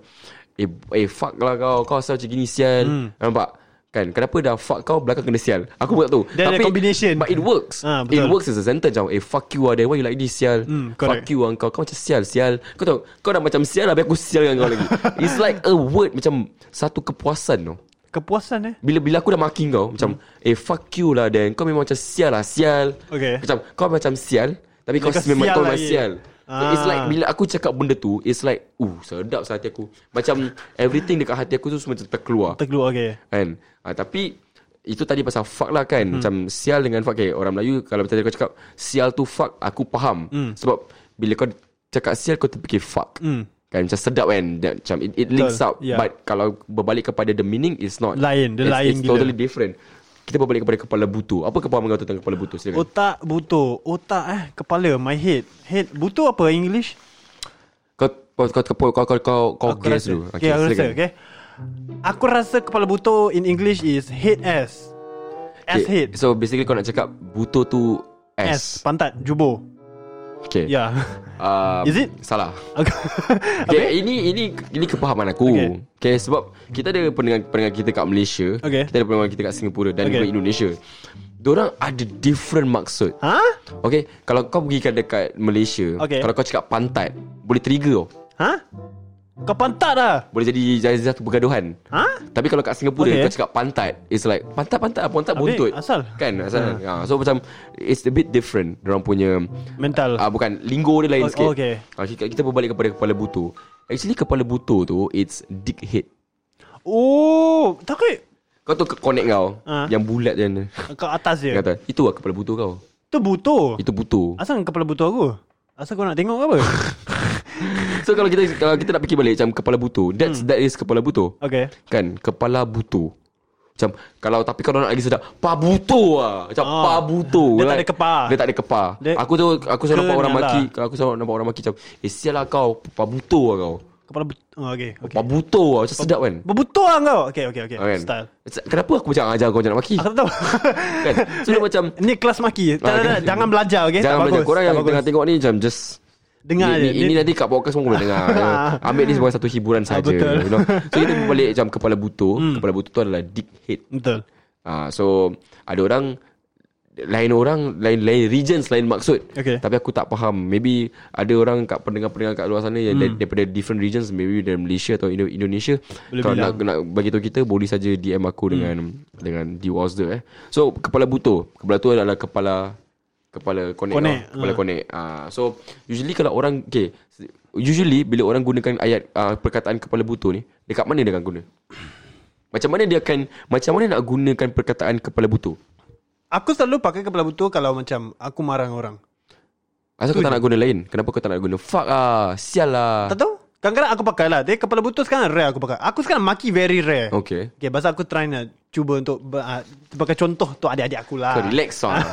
Speaker 5: eh, eh fuck lah kau kau asal macam gini sial
Speaker 3: Hmm.
Speaker 5: nampak kan kenapa dah fuck kau belakang kena sial aku pun tak tahu
Speaker 3: Dia ada combination.
Speaker 5: but it works
Speaker 3: Ah,
Speaker 5: it
Speaker 3: betul.
Speaker 5: works as a sentence macam eh fuck you lah then why you like this sial
Speaker 3: Hmm, correct.
Speaker 5: fuck you lah kau kau macam sial sial kau tahu kau dah macam sial habis aku sial dengan kau
Speaker 3: [laughs]
Speaker 5: lagi it's like a word macam satu kepuasan tau
Speaker 3: Kepuasan eh
Speaker 5: bila bila aku dah maki kau macam eh fuck you lah Dan kau memang macam sial lah sial.
Speaker 3: Hmm. Okay.
Speaker 5: Macam kau macam sial tapi kau
Speaker 3: Kau
Speaker 5: memang
Speaker 3: sial
Speaker 5: kau memang
Speaker 3: lagi.
Speaker 5: sial. So it's
Speaker 3: Ah.
Speaker 5: like bila aku cakap benda tu, it's like, uh, sedap sah hati aku. Macam everything dekat hati aku tu semua macam terkeluar.
Speaker 3: Terkeluar okay
Speaker 5: Kan ha, Tapi Itu tadi pasal fuck lah kan hmm. Macam sial dengan fuck okay, Orang Melayu Kalau tadi kau cakap Sial tu fuck Aku faham hmm. Sebab Bila kau cakap sial Kau terfikir fuck
Speaker 3: Hmm.
Speaker 5: Kan macam sedap kan Dia- Macam it, it links
Speaker 3: Betul,
Speaker 5: up yeah.
Speaker 3: yeah.
Speaker 5: But kalau berbalik kepada The meaning It's not
Speaker 3: Lain,
Speaker 5: it's,
Speaker 3: dia lain
Speaker 5: It's
Speaker 3: gila.
Speaker 5: totally different Kita berbalik kepada kepala butu Apa kepahaman kau tentang kepala butu Silakan
Speaker 3: Otak butuh Otak eh Kepala My head Head Butuh apa English
Speaker 5: Kau kau kau kau kau kau, kau, kau
Speaker 3: Aku
Speaker 5: guess
Speaker 3: rasa.
Speaker 5: dulu.
Speaker 3: Okay, aku rasa
Speaker 5: silakan.
Speaker 3: okay. Aku rasa kepala butuh In English is Head ass Ass
Speaker 5: Okay,
Speaker 3: head
Speaker 5: So basically kau nak cakap butu tu
Speaker 3: Ass
Speaker 5: ass.
Speaker 3: Pantat Jubur
Speaker 5: Okay.
Speaker 3: Ya yeah.
Speaker 5: Uh,
Speaker 3: Is it?
Speaker 5: salah?
Speaker 3: [laughs] okay.
Speaker 5: Okay, ini ini ini kepahaman aku.
Speaker 3: Okay.
Speaker 5: Okay, okay sebab kita ada pendengar-pendengar kita kat Malaysia,
Speaker 3: Okay.
Speaker 5: kita ada pendengar kita kat Singapura dan
Speaker 3: Okay.
Speaker 5: juga Indonesia. Diorang ada different maksud.
Speaker 3: Ha?
Speaker 5: Okay, kalau kau pergi kat dekat Malaysia,
Speaker 3: Okay.
Speaker 5: kalau kau cakap pantat, boleh trigger tau.
Speaker 3: Ha? Kau pantat lah
Speaker 5: Boleh jadi jadi satu pergaduhan.
Speaker 3: Ha?
Speaker 5: Tapi kalau kat Singapura
Speaker 3: Okay.
Speaker 5: kau cakap pantat, it's like pantat pantat pantat
Speaker 3: Habis,
Speaker 5: buntut.
Speaker 3: asal? Ah.
Speaker 5: Kan asal. Ha. So macam it's a bit different. Diorang punya
Speaker 3: Mental
Speaker 5: Ah bukan lingo dia lain
Speaker 3: Oh,
Speaker 5: sikit.
Speaker 3: okay.
Speaker 5: Ah, kita, kita berbalik kepada kepala butu. Actually kepala butu tu it's dick head.
Speaker 3: Oh Takut
Speaker 5: Kau tu ke- connect kau
Speaker 3: Ah.
Speaker 5: Yang bulat je ni.
Speaker 3: Kau atas
Speaker 5: Dia
Speaker 3: je
Speaker 5: Kata Itu lah kepala butuh kau
Speaker 3: Tu butuh
Speaker 5: Itu butuh
Speaker 3: Asal kepala butuh aku Asal kau nak tengok ke
Speaker 5: [laughs]
Speaker 3: apa
Speaker 5: So kalau kita kalau kita nak fikir balik Macam kepala butuh That's
Speaker 3: Hmm.
Speaker 5: That is kepala butuh
Speaker 3: Okay
Speaker 5: Kan Kepala butuh Macam Kalau tapi kalau nak lagi sedap Pa butuh lah Macam
Speaker 3: Ah.
Speaker 5: pa butuh
Speaker 3: Dia tak ada kepa.
Speaker 5: Dia tak ada kepa
Speaker 3: Dia
Speaker 5: Aku tu Aku selalu nampak orang
Speaker 3: kenal
Speaker 5: maki
Speaker 3: lah.
Speaker 5: Kalau aku selalu nampak orang maki Macam Eh sial lah kau Pa butuh lah kau
Speaker 3: Kepala butuh oh, Okay, okay.
Speaker 5: Pa butuh lah Macam sedap kan
Speaker 3: Berbutuh lah kau Okay okay okay
Speaker 5: Ah, kan?
Speaker 3: Style
Speaker 5: Kenapa aku macam ajar kau macam nak maki
Speaker 3: Aku tak tahu
Speaker 5: Kan So dia macam
Speaker 3: [laughs]
Speaker 5: Ah, kan.
Speaker 3: Ni kelas maki tak, tak, tak, Jangan belajar okay
Speaker 5: Jangan
Speaker 3: tak
Speaker 5: belajar
Speaker 3: bagus,
Speaker 5: Korang
Speaker 3: tak
Speaker 5: yang
Speaker 3: bagus.
Speaker 5: tengah tengok ni Macam just
Speaker 3: Dengar
Speaker 5: ni,
Speaker 3: je Ah,
Speaker 5: ni, ini nanti kat podcast semua boleh dengar
Speaker 3: [laughs]
Speaker 5: you know. Ambil ni sebagai satu hiburan saja.
Speaker 3: betul. Hmm.
Speaker 5: you know. So
Speaker 3: [laughs]
Speaker 5: kita balik macam kepala butuh Kepala butuh tu adalah dick head
Speaker 3: Betul
Speaker 5: Ah, So ada orang lain orang lain lain regions lain maksud
Speaker 3: Okay.
Speaker 5: tapi aku tak faham maybe ada orang kat pendengar-pendengar kat luar sana yang
Speaker 3: Hmm.
Speaker 5: dari- daripada different regions maybe dari Malaysia atau Indo- Indonesia
Speaker 3: Boleh
Speaker 5: kalau
Speaker 3: bilang. Hmm.
Speaker 5: nak nak bagi tahu kita boleh saja DM aku dengan dengan di Wazda eh so kepala butuh kepala tu adalah kepala kepala connect,
Speaker 3: Connect,
Speaker 5: Tau, kepala
Speaker 3: ah.
Speaker 5: connect ah so usually kalau orang okay usually bila orang gunakan ayat ah, perkataan kepala butuh ni dekat mana dia akan guna macam mana dia akan Macam mana nak gunakan perkataan kepala butuh
Speaker 3: Aku selalu pakai kepala butuh Kalau macam Aku marah orang
Speaker 5: Asal kau tak nak guna lain Kenapa kau tak nak guna Fuck ah Sial lah
Speaker 3: Tak tahu Kadang-kadang aku pakai lah Dia kepala butuh sekarang rare aku pakai Aku sekarang maki very rare
Speaker 5: Okay
Speaker 3: Okay, pasal aku try nak cuba untuk ber- ah, sebagai contoh tu adik-adik aku lah.
Speaker 5: Kau relax lah
Speaker 3: [laughs]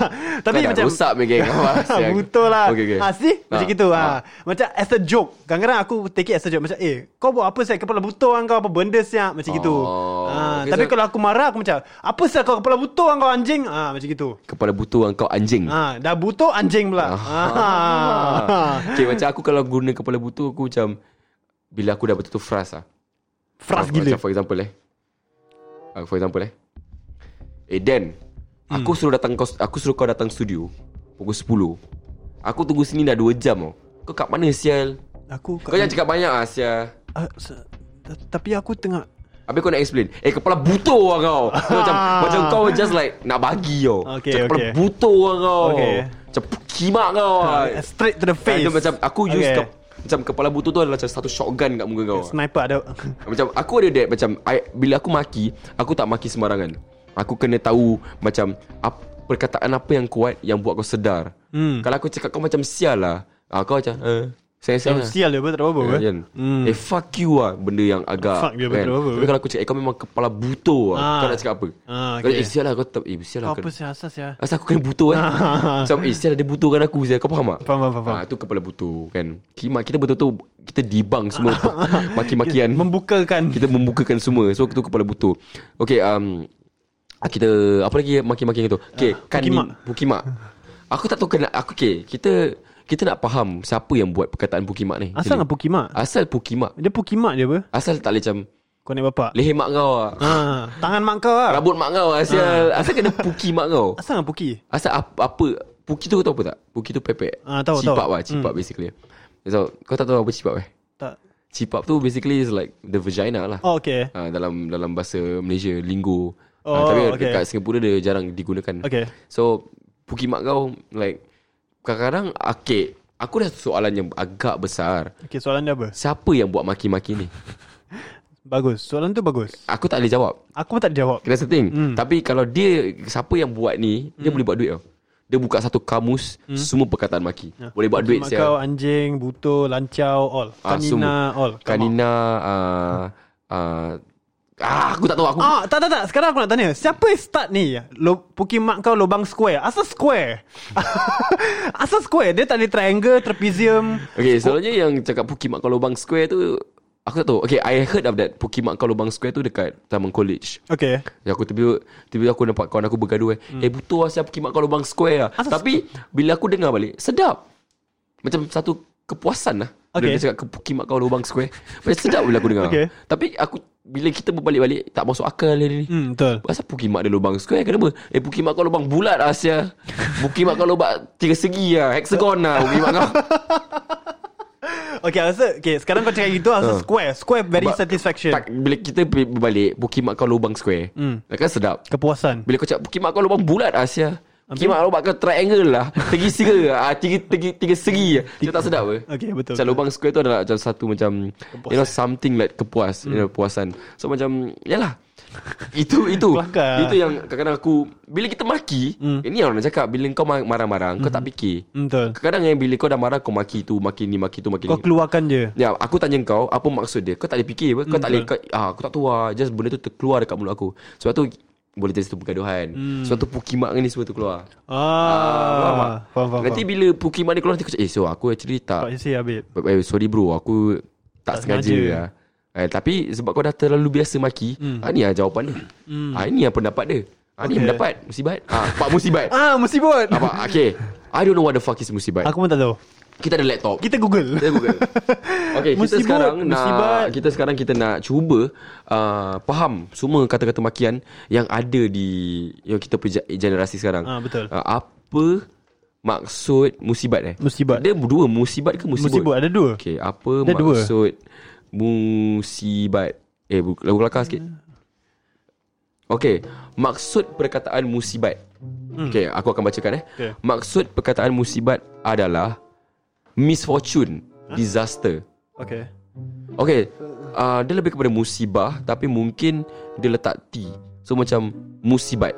Speaker 3: Tapi
Speaker 5: Kau dah
Speaker 3: macam
Speaker 5: rosak punya
Speaker 3: [laughs]
Speaker 5: geng Awas, sial.
Speaker 3: Betul lah
Speaker 5: Okay, okay.
Speaker 3: ha, See Macam
Speaker 5: Ah,
Speaker 3: gitu ha.
Speaker 5: ah.
Speaker 3: Macam as a joke Kadang-kadang aku take it as a joke Macam eh Kau buat apa siap Kepala butuh kan kau Apa benda siap Macam gitu
Speaker 5: Oh,
Speaker 3: ha,
Speaker 5: okay,
Speaker 3: Tapi
Speaker 5: so-
Speaker 3: kalau aku marah Aku macam Apa siap kau kepala butuh kan kau anjing ha, Macam gitu
Speaker 5: Kepala butuh yang kau anjing
Speaker 3: ha, Dah butuh anjing pula
Speaker 5: Ah. [laughs]
Speaker 3: ha.
Speaker 5: Okay macam aku kalau guna kepala butuh Aku macam Bila aku dah betul-betul fras lah
Speaker 3: Fras
Speaker 5: Ah,
Speaker 3: gila
Speaker 5: Macam for example eh Ah, For example eh Eh Dan
Speaker 3: Hmm.
Speaker 5: Aku suruh datang kau Aku suruh kau datang studio Pukul 10 Aku tunggu sini dah 2 jam tau Kau kat mana sial
Speaker 3: Aku
Speaker 5: Kau jangan cakap banyak ah sial
Speaker 3: Ah, se- t- Tapi aku tengah
Speaker 5: Habis kau nak explain Eh kepala butuh lah kau so, Macam Macam kau just like Nak bagi tau
Speaker 3: Ah. Okay,
Speaker 5: Macam Kepala
Speaker 3: okay.
Speaker 5: butuh lah kau
Speaker 3: Okay.
Speaker 5: Macam kimak kau lah.
Speaker 3: ah, Straight to the
Speaker 5: Kan
Speaker 3: face
Speaker 5: dia macam Aku use
Speaker 3: Okay.
Speaker 5: ke, Macam kepala butuh tu adalah Macam satu shotgun kat muka kau
Speaker 3: Sniper ada
Speaker 5: [laughs] Macam aku ada that Macam I, Bila aku maki Aku tak maki sembarangan Aku kena tahu Macam ap, Perkataan apa yang kuat Yang buat kau sedar
Speaker 3: Hmm.
Speaker 5: Kalau aku cakap kau macam sial lah ah, Kau macam eh, Sayang-sayang lah
Speaker 3: Sial dia pun tak ada apa-apa
Speaker 5: Ya,
Speaker 3: eh.
Speaker 5: kan? Eh fuck you lah Benda yang agak
Speaker 3: Fuck dia, betul apa,
Speaker 5: Tapi
Speaker 3: eh?
Speaker 5: kalau aku cakap Eh kau memang kepala buto lah
Speaker 3: Ah.
Speaker 5: Kau nak cakap apa
Speaker 3: Ah,
Speaker 5: Kau
Speaker 3: okay.
Speaker 5: Eh sial lah kau tak- Eh sial lah
Speaker 3: Kau
Speaker 5: kau-
Speaker 3: apa sih asas ya
Speaker 5: [laughs] Asal aku kena buto eh Macam eh sial lah dia butuhkan aku sial Kau faham tak
Speaker 3: Faham, faham, faham.
Speaker 5: Ah, Itu kepala buto kan Kimak kita betul-betul Kita debunk semua
Speaker 3: [laughs]
Speaker 5: Maki-makian
Speaker 3: Membukakan
Speaker 5: Kita membukakan semua So itu kepala buto Okay um, Kita Apa lagi maki-maki yang tu Okay kan
Speaker 3: pukimak.
Speaker 5: ni- Pukimak Aku tak tahu kena Aku okay Kita kita nak faham siapa yang buat perkataan pukimak ni.
Speaker 3: Asal dengan pukimak
Speaker 5: Asal pukimak
Speaker 3: Dia pukimak je apa
Speaker 5: Asal tak boleh macam
Speaker 3: Kau naik bapak
Speaker 5: Leher mak kau lah
Speaker 3: ha, Tangan mak kau lah
Speaker 5: Rambut mak kau lah Asal,
Speaker 3: Ah.
Speaker 5: asal kena puki mak kau
Speaker 3: Asal dengan puki
Speaker 5: Asal apa, apa Puki tu kau tahu apa tak? Puki tu pepek
Speaker 3: Ah, tahu,
Speaker 5: Cipap
Speaker 3: tahu.
Speaker 5: lah Cipap basically so, Kau tak tahu apa cipap eh?
Speaker 3: Tak
Speaker 5: Cipap tu basically is like The vagina lah
Speaker 3: Oh okay
Speaker 5: Ah, Dalam dalam bahasa Malaysia Linggo Ah,
Speaker 3: Oh,
Speaker 5: Tapi
Speaker 3: okay.
Speaker 5: dekat Singapura dia jarang digunakan
Speaker 3: Okay.
Speaker 5: So Puki mak kau Like Kadang-kadang Okay Aku dah soalan yang agak besar
Speaker 3: Okay soalan dia apa
Speaker 5: Siapa yang buat maki-maki ni?
Speaker 3: Bagus Soalan tu bagus
Speaker 5: Aku tak boleh jawab
Speaker 3: Aku pun tak ada jawab
Speaker 5: That's the thing mm. Tapi kalau dia Siapa yang buat ni Dia boleh buat duit tau Dia buka satu kamus mm. Semua perkataan maki yeah. Boleh buat duit
Speaker 3: Mak
Speaker 5: sial
Speaker 3: kau anjing Buto Lancau All
Speaker 5: Ah,
Speaker 3: Kanina
Speaker 5: semua.
Speaker 3: all Come on.
Speaker 5: Kanina uh, uh, ah, Aku tak tahu aku,
Speaker 3: Ah, tak tak tak Sekarang aku nak tanya Siapa yang start ni Lo, Puki mak kau lubang square Asal square [laughs] Asal square Dia tak ada triangle Trapezium
Speaker 5: Okay selalunya yang cakap Pukimak Kau Lubang Square tu Aku tak tahu Okay I heard of that Pukimak Kau Lubang Square tu Dekat Taman College
Speaker 3: Okay
Speaker 5: Ya, aku tiba tiba aku nampak kawan aku bergaduh eh. Hmm. Eh butuh asal pergi mak kau lubang square lah.
Speaker 3: Asal-
Speaker 5: Tapi bila aku dengar balik, sedap. Macam satu kepuasan lah. Bila
Speaker 3: Okay.
Speaker 5: dia cakap pergi mak kau lubang square. Macam sedap bila aku dengar.
Speaker 3: Okay.
Speaker 5: Tapi aku bila kita berbalik-balik tak masuk akal dia ni. Hmm.
Speaker 3: Hmm betul
Speaker 5: Asal pergi mak dia lubang square kenapa? Eh pergi mak kau lubang bulat lah Asia. Pergi mak kau lubang tiga segi lah, hexagon lah pergi mak
Speaker 3: [laughs]
Speaker 5: kau.
Speaker 3: Okay aku rasa Okay sekarang kau cakap gitu Aku rasa
Speaker 5: Ah.
Speaker 3: square Square very
Speaker 5: Sebab
Speaker 3: satisfaction
Speaker 5: Tak, bila kita berbalik pergi mak kau lubang square. Hmm. Kan sedap.
Speaker 3: Kepuasan
Speaker 5: Bila kau cakap Kimak kau lubang bulat lah Asia Kimak lubang kau triangle
Speaker 3: [laughs]
Speaker 5: lah Tiga segi lah ah, tiga, tiga, tiga segi lah Macam tak sedap ke?
Speaker 3: Okay Ah, betul
Speaker 5: Macam lubang square tu adalah Macam satu macam You know something like kepuas
Speaker 3: Hmm.
Speaker 5: You know puasan So macam Yalah itu itu
Speaker 3: Kelakar. lah.
Speaker 5: itu yang kadang-kadang aku bila kita maki ini yang orang nak cakap bila kau ma- marah-marah kau tak fikir
Speaker 3: Hmm, Betul
Speaker 5: kadang-kadang yang bila kau dah marah kau maki tu maki ni maki tu maki
Speaker 3: Kau
Speaker 5: ni
Speaker 3: keluarkan je
Speaker 5: Ya, aku tanya kau apa maksud dia. Kau tak boleh fikir apa. Kau tak boleh kau, ah, aku tak tahu ah. Just benda tu terkeluar dekat mulut aku. Sebab tu boleh jadi satu pergaduhan. Hmm. Sebab tu pukimak ni semua tu keluar. Ah, faham tak?
Speaker 3: Ah, faham, faham,
Speaker 5: Nanti
Speaker 3: faham.
Speaker 5: bila pukimak ni keluar nanti aku cakap, "Eh, so aku actually
Speaker 3: Pak
Speaker 5: tak
Speaker 3: Yusri Habib
Speaker 5: eh, sorry bro, aku tak,
Speaker 3: Tak
Speaker 5: sengaja,
Speaker 3: sengaja.
Speaker 5: lah." Eh, tapi sebab kau dah terlalu biasa maki, hmm. ah, ni lah jawapan dia. Hmm. Ah, ini lah pendapat dia. Ah, ni
Speaker 3: Okay.
Speaker 5: pendapat, musibat. Ah, pak
Speaker 3: [laughs]
Speaker 5: musibat.
Speaker 3: Ah, mesti buat
Speaker 5: Apa? Okay. I don't know what the fuck is musibat.
Speaker 3: Aku pun tak tahu
Speaker 5: Kita ada laptop.
Speaker 3: Kita google
Speaker 5: Kita
Speaker 3: [laughs]
Speaker 5: Google. Okay, kita
Speaker 3: Musibat,
Speaker 5: sekarang
Speaker 3: musibat.
Speaker 5: nak kita sekarang kita nak cuba uh, faham semua kata-kata makian yang ada di yang kita punya ja- generasi sekarang.
Speaker 3: Ah, betul.
Speaker 5: Uh, apa maksud musibat eh?
Speaker 3: Musibat.
Speaker 5: Ada dua musibat ke musibut?
Speaker 3: Musibut ada dua
Speaker 5: Okey, apa
Speaker 3: Ada dua.
Speaker 5: maksud musibat? Eh, bu- lagu kelakar sikit. Okey, maksud perkataan musibat. Okey, aku akan bacakan eh.
Speaker 3: Hmm. Okey.
Speaker 5: Maksud perkataan musibat adalah misfortune, disaster.
Speaker 3: Okay
Speaker 5: Okey, uh, dia lebih kepada musibah tapi mungkin dia letak T. So macam musibat.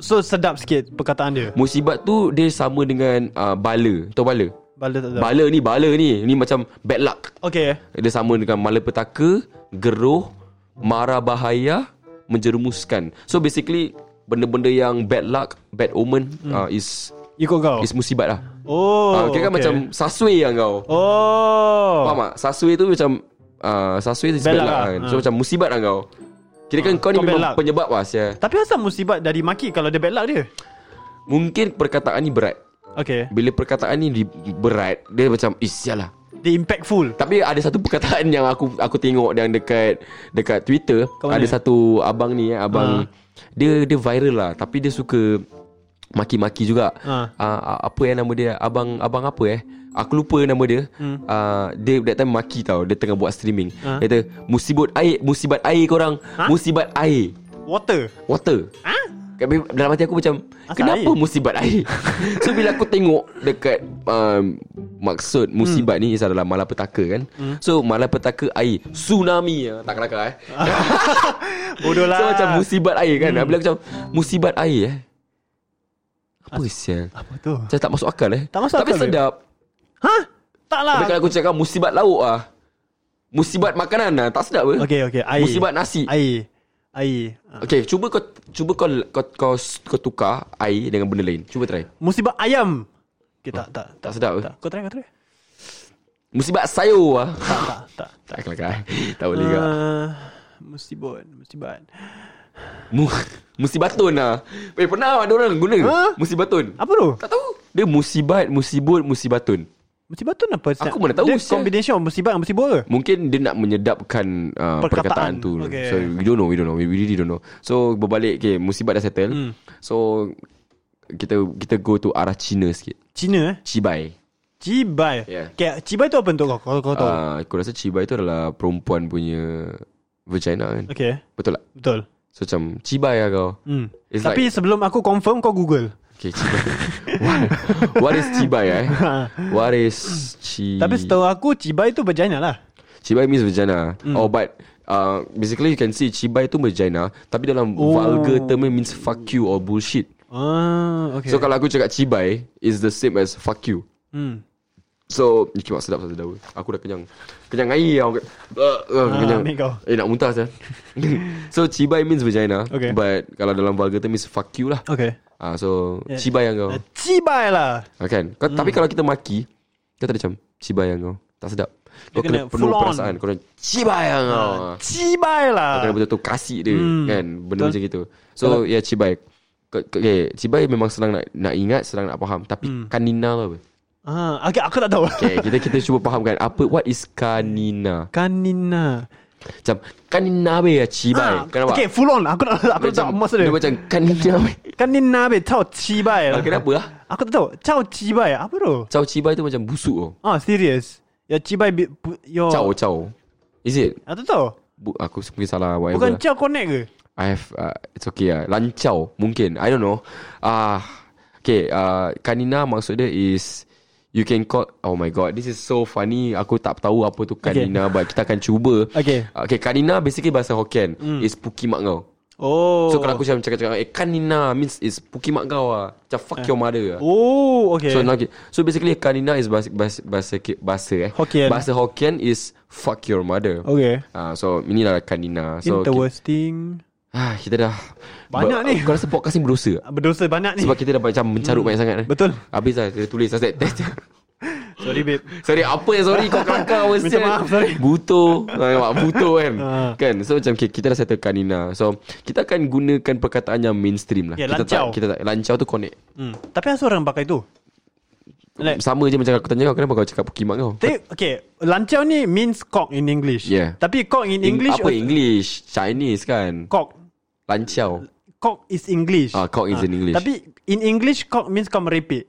Speaker 3: So sedap sikit perkataan dia
Speaker 5: Musibat tu dia sama dengan uh, bala. Tahu bala?
Speaker 3: Bala tak tahu
Speaker 5: Bala ni, bala ni. Ni macam bad luck.
Speaker 3: Okay
Speaker 5: Dia sama dengan malapetaka, geruh, mara bahaya, menjerumuskan. So basically benda-benda yang bad luck, bad omen hmm. uh, is
Speaker 3: Ikut kau
Speaker 5: is musibat lah.
Speaker 3: Oh
Speaker 5: Oh, uh, kira kan macam sasui yang kau. Oh.
Speaker 3: Oh
Speaker 5: Faham tak? Sasui tu macam uh, sasui is bad,
Speaker 3: Bad luck
Speaker 5: luck
Speaker 3: lah.
Speaker 5: kan.
Speaker 3: Ha.
Speaker 5: So macam musibat lah kau. Kira kan
Speaker 3: Ha,
Speaker 5: kau ni
Speaker 3: kau bad luck.
Speaker 5: memang penyebab lah sia.
Speaker 3: Tapi asal musibat dari maki Kalau dia bad luck dia
Speaker 5: Mungkin perkataan ni berat.
Speaker 3: Okay
Speaker 5: Bila perkataan ni di- berat, dia macam eh sial lah.
Speaker 3: Dia impactful
Speaker 5: Tapi ada satu perkataan yang aku aku tengok yang dekat dekat Twitter
Speaker 3: Kat mana? Ha.
Speaker 5: ada satu abang ni eh, abang dia dia viral lah tapi dia suka maki-maki juga.
Speaker 3: Ha.
Speaker 5: Uh, apa eh nama dia? Abang abang apa eh? Aku lupa nama dia. Hmm. Uh, dia that time maki tau. Dia tengah buat streaming.
Speaker 3: Ha.
Speaker 5: Dia kata musibat air, musibat air korang.
Speaker 3: Ha?
Speaker 5: Musibat air.
Speaker 3: Water
Speaker 5: Water.
Speaker 3: Ha?
Speaker 5: Tapi Dalam hati aku macam
Speaker 3: Asal
Speaker 5: Kenapa
Speaker 3: air?
Speaker 5: musibat
Speaker 3: [laughs]
Speaker 5: air So bila aku tengok Dekat um, Maksud
Speaker 3: Hmm.
Speaker 5: musibat ni Is adalah malapetaka kan So malapetaka air Tsunami ah, Tak kelakar eh
Speaker 3: Bodoh lah
Speaker 5: So macam musibat air kan
Speaker 3: Hmm.
Speaker 5: Bila aku macam Musibat air eh Apa sial
Speaker 3: Apa tu
Speaker 5: Macam tak masuk akal eh
Speaker 3: Tak masuk
Speaker 5: Tapi
Speaker 3: akal, ya?
Speaker 5: sedap
Speaker 3: Ha? Tak lah
Speaker 5: Tapi kalau aku cakap Musibat lauk ah Musibat makanan ah Tak sedap ke
Speaker 3: Okay okay Air
Speaker 5: Musibat nasi
Speaker 3: Air Air Ah.
Speaker 5: Okay cuba kau Cuba kau Kau, kau, kau tukar Air dengan benda lain Cuba try
Speaker 3: Musibat ayam Okay tak tak
Speaker 5: Tak sedap ke?
Speaker 3: tak. Kau try kau try
Speaker 5: Musibat sayur lah
Speaker 3: Tak tak tak
Speaker 5: Tak kelakar eh? Tak boleh kak
Speaker 3: uh, Musibat Musibat
Speaker 5: Mu- Musibatun lah Eh pernah ada orang guna
Speaker 3: Ha?
Speaker 5: Musibatun
Speaker 3: Apa tu?
Speaker 5: Tak tahu Dia musibat Musibut Musibatun
Speaker 3: Musibat tu apa? Ustaz?
Speaker 5: Aku mana tahu,
Speaker 3: Dia
Speaker 5: Ustaz.
Speaker 3: combination of musibat dengan musibah ke?
Speaker 5: Mungkin dia nak menyedapkan uh, perkataan.
Speaker 3: Perkataan.
Speaker 5: tu
Speaker 3: Okay.
Speaker 5: So we don't know We don't know We really don't know So berbalik okay, Musibat dah settle
Speaker 3: Hmm.
Speaker 5: So Kita kita go to arah Cina sikit
Speaker 3: Cina eh?
Speaker 5: Cibai
Speaker 3: Cibai.
Speaker 5: Yeah.
Speaker 3: Okay, cibai tu apa untuk kau? Kau, kau tahu.
Speaker 5: uh,
Speaker 3: Uh,
Speaker 5: Aku rasa Cibai tu adalah Perempuan punya Vagina kan
Speaker 3: okay.
Speaker 5: Betul tak?
Speaker 3: Betul.
Speaker 5: So macam Cibai lah kau
Speaker 3: Hmm.
Speaker 5: It's
Speaker 3: Tapi sebelum aku confirm kau Google.
Speaker 5: Okay Cibai [laughs] what, what is Cibai
Speaker 3: [laughs]
Speaker 5: eh What is Ci
Speaker 3: Tapi setahu aku Cibai tu vagina lah
Speaker 5: Cibai means vagina
Speaker 3: Hmm.
Speaker 5: mm. Oh but uh, Basically you can see Cibai tu vagina Tapi dalam
Speaker 3: Oh.
Speaker 5: oh. vulgar term it means Fuck you or bullshit
Speaker 3: Ah, okay.
Speaker 5: So kalau aku cakap cibai Is the same as fuck you
Speaker 3: Hmm.
Speaker 5: So You kimak sedap satu daun Aku dah kenyang Kenyang air aku, uh, uh, Kenyang
Speaker 3: Ah, ambil kau.
Speaker 5: Eh nak muntah
Speaker 3: [laughs]
Speaker 5: saya So cibai means vagina
Speaker 3: Okay.
Speaker 5: But Kalau dalam vulgar term Means fuck you lah
Speaker 3: Okay.
Speaker 5: Ah, So
Speaker 3: Yeah.
Speaker 5: Cibai yang kau
Speaker 3: Ah, Cibai lah.
Speaker 5: ah, Kan kau, Tapi kalau kita maki Kita tak ada macam Cibai yang kau Tak sedap Kau
Speaker 3: kena Ah,
Speaker 5: kena, penuh
Speaker 3: full on.
Speaker 5: perasaan Kau kena Cibai yang kau
Speaker 3: Cibai
Speaker 5: Ah. Kau kena
Speaker 3: lah.
Speaker 5: betul-betul kasih dia Kan Benda
Speaker 3: Betul.
Speaker 5: macam gitu So ya yeah, cibai K- k- Okay, cibai memang senang nak, nak ingat, senang nak faham. Tapi kanina [laughs] tu apa?
Speaker 3: Ah, okay, aku tak tahu.
Speaker 5: Okay, kita kita cuba fahamkan apa what is kanina.
Speaker 3: Kan Kanina.
Speaker 5: Macam kanina be ya cibai. Ah,
Speaker 3: Ah,
Speaker 5: Kenapa?
Speaker 3: Okay, full on. Aku nak aku tak
Speaker 5: dia
Speaker 3: maksud dia. Kan
Speaker 5: macam kanina be.
Speaker 3: Kanina be tau cibai
Speaker 5: Ah,
Speaker 3: lah.
Speaker 5: kenapa lah?
Speaker 3: Aku tak tahu. Ciao cibai apa tu?
Speaker 5: Cao cibai tu macam busuk oh.
Speaker 3: Ah, serious. Ya cibai bi, pu- yo.
Speaker 5: Cao cao. Is it?
Speaker 3: Aku tak tahu.
Speaker 5: Bu, aku mungkin salah whatever.
Speaker 3: Bukan
Speaker 5: lah. Bukan
Speaker 3: ciao connect ke?
Speaker 5: I have uh, it's okay lah. Lancau mungkin. I don't know. Ah okay, uh, kanina maksud dia is You can call Oh my god This is so funny Aku tak tahu apa tu Kanina okay. But kita akan cuba
Speaker 3: Okay. Hmm.
Speaker 5: Okay Kanina basically bahasa Hokkien mm. Is puki mak kau
Speaker 3: Oh.
Speaker 5: So kalau aku macam cakap-cakap Eh kan Nina Means is Puki mak kau lah Macam fuck your mother lah
Speaker 3: Eh. Oh, okay.
Speaker 5: So now okay. So basically Kanina is bahasa bahasa bahasa, ki- bahasa eh.
Speaker 3: Hokkien. Oh.
Speaker 5: Bahasa Hokkien is fuck your mother.
Speaker 3: okay.
Speaker 5: Ah so inilah Kanina. So kita,
Speaker 3: Interesting.
Speaker 5: ah, kita dah
Speaker 3: Banyak
Speaker 5: Ba-
Speaker 3: ni.
Speaker 5: Kau rasa podcast ni berdosa. tak?
Speaker 3: Berdosa banyak ni.
Speaker 5: Sebab kita dah macam mencarut banyak sangat. eh.
Speaker 3: Betul.
Speaker 5: Habis lah kita tulis lah test. [laughs]
Speaker 3: Sorry babe.
Speaker 5: sorry apa yang sorry kau kelakar apa
Speaker 3: Minta
Speaker 5: sial?
Speaker 3: maaf, sorry.
Speaker 5: Butuh. Ah, butuh
Speaker 3: [laughs]
Speaker 5: kan.
Speaker 3: Ha.
Speaker 5: Kan. So macam okay, kita dah settle Kanina. So kita akan gunakan perkataan yang mainstream lah.
Speaker 3: Ya,
Speaker 5: kita
Speaker 3: lancau.
Speaker 5: tak kita tak lancau tu connect.
Speaker 3: Hmm. Tapi asal orang pakai tu? Like-
Speaker 5: Sama je macam aku tanya kau Kenapa kau cakap pukimak kau
Speaker 3: Tapi, okay, lancau ni means cock in English.
Speaker 5: Yeah.
Speaker 3: Tapi cock in
Speaker 5: Eng-
Speaker 3: English,
Speaker 5: Apa English Chinese kan
Speaker 3: cock.
Speaker 5: Lancau
Speaker 3: Cock is English.
Speaker 5: Ah, cock is in English.
Speaker 3: Tapi in English, cock means kau merepek.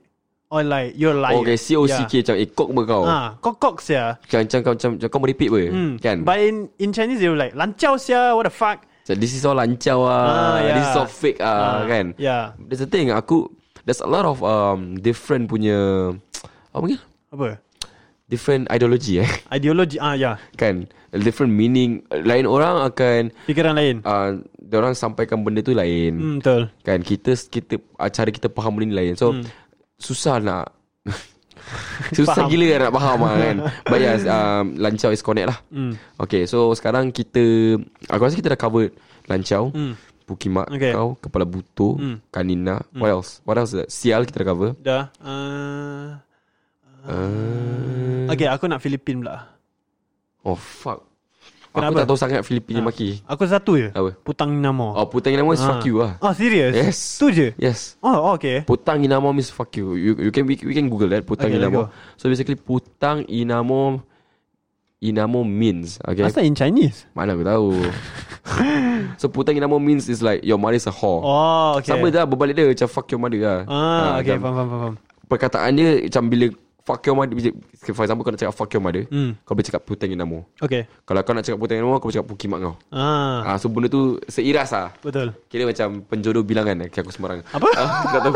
Speaker 3: Or like, you're lying.
Speaker 5: Oh, Okay C-O-C-K Macam eh kok ber kau
Speaker 3: Yeah. Ya. Ah, kau cock sia.
Speaker 5: Macam macam kau Macam macam kau meripik ber
Speaker 3: Hmm.
Speaker 5: Kan
Speaker 3: But in, in Chinese, they're like, lancau sia, what the fuck?
Speaker 5: so, This is all lancau ah,
Speaker 3: Ah, yeah.
Speaker 5: This is all fake ah, Kan
Speaker 3: Yeah.
Speaker 5: That's the thing Aku There's a lot of um, Different punya Apa panggil
Speaker 3: Apa?
Speaker 5: Different ideology eh [laughs]
Speaker 3: Ideology, ah, yeah.
Speaker 5: Kan Different meaning Lain orang akan
Speaker 3: Fikiran lain.
Speaker 5: uh, Diorang sampaikan benda tu lain
Speaker 3: Hmm, betul.
Speaker 5: Kan kita kita ah, cara kita faham benda ni lain. So hmm. susah
Speaker 3: [laughs]
Speaker 5: nak Susah
Speaker 3: Faham.
Speaker 5: faham. gila nak faham lah kan But
Speaker 3: [laughs]
Speaker 5: yes um, Lancau is connect lah
Speaker 3: Hmm.
Speaker 5: Okay so sekarang kita Aku rasa kita dah covered Lancau
Speaker 3: Hmm.
Speaker 5: Pukimak
Speaker 3: Okay.
Speaker 5: Kau Kepala Buto
Speaker 3: Hmm.
Speaker 5: Kanina What else What else is that? Sial kita dah cover
Speaker 3: Dah. Uh,
Speaker 5: uh,
Speaker 3: okay, aku nak Filipin pula.
Speaker 5: Oh fuck Aku
Speaker 3: Kenapa?
Speaker 5: tak tahu sangat Filipina
Speaker 3: Ah.
Speaker 5: maki
Speaker 3: Aku satu je.
Speaker 5: Apa?
Speaker 3: Putang Namo.
Speaker 5: Oh Putang Inamo is
Speaker 3: Ah.
Speaker 5: fuck you lah
Speaker 3: Oh, serious?
Speaker 5: Yes.
Speaker 3: Tu je?
Speaker 5: Yes
Speaker 3: Oh, okay.
Speaker 5: Putang Inamo means fuck you. You, you can we, we can Google that Putang
Speaker 3: Okay, let's
Speaker 5: Inamo. So basically Putang Inamo Inamo means okay.
Speaker 3: Asal in Chinese?
Speaker 5: Mana aku
Speaker 3: [laughs]
Speaker 5: tahu. so Putang Inamo means is like your mother is a whore.
Speaker 3: Oh, okay.
Speaker 5: Sama dah berbalik dia macam fuck your mother lah.
Speaker 3: Ah, okay,
Speaker 5: macam
Speaker 3: faham, faham, faham.
Speaker 5: Perkataan dia macam bila fuck your mother for example kau nak cakap fuck your mother,
Speaker 3: Hmm.
Speaker 5: kau boleh cakap Putang Inamo.
Speaker 3: Okay.
Speaker 5: Kalau kau nak cakap Putang Inamo kau boleh cakap pukimak kau.
Speaker 3: Ah,
Speaker 5: Ah, so benda tu seiras ah.
Speaker 3: betul.
Speaker 5: Kira macam penjodoh bilangan eh, Kira aku sembarang
Speaker 3: Apa?
Speaker 5: Aku [laughs] tak tahu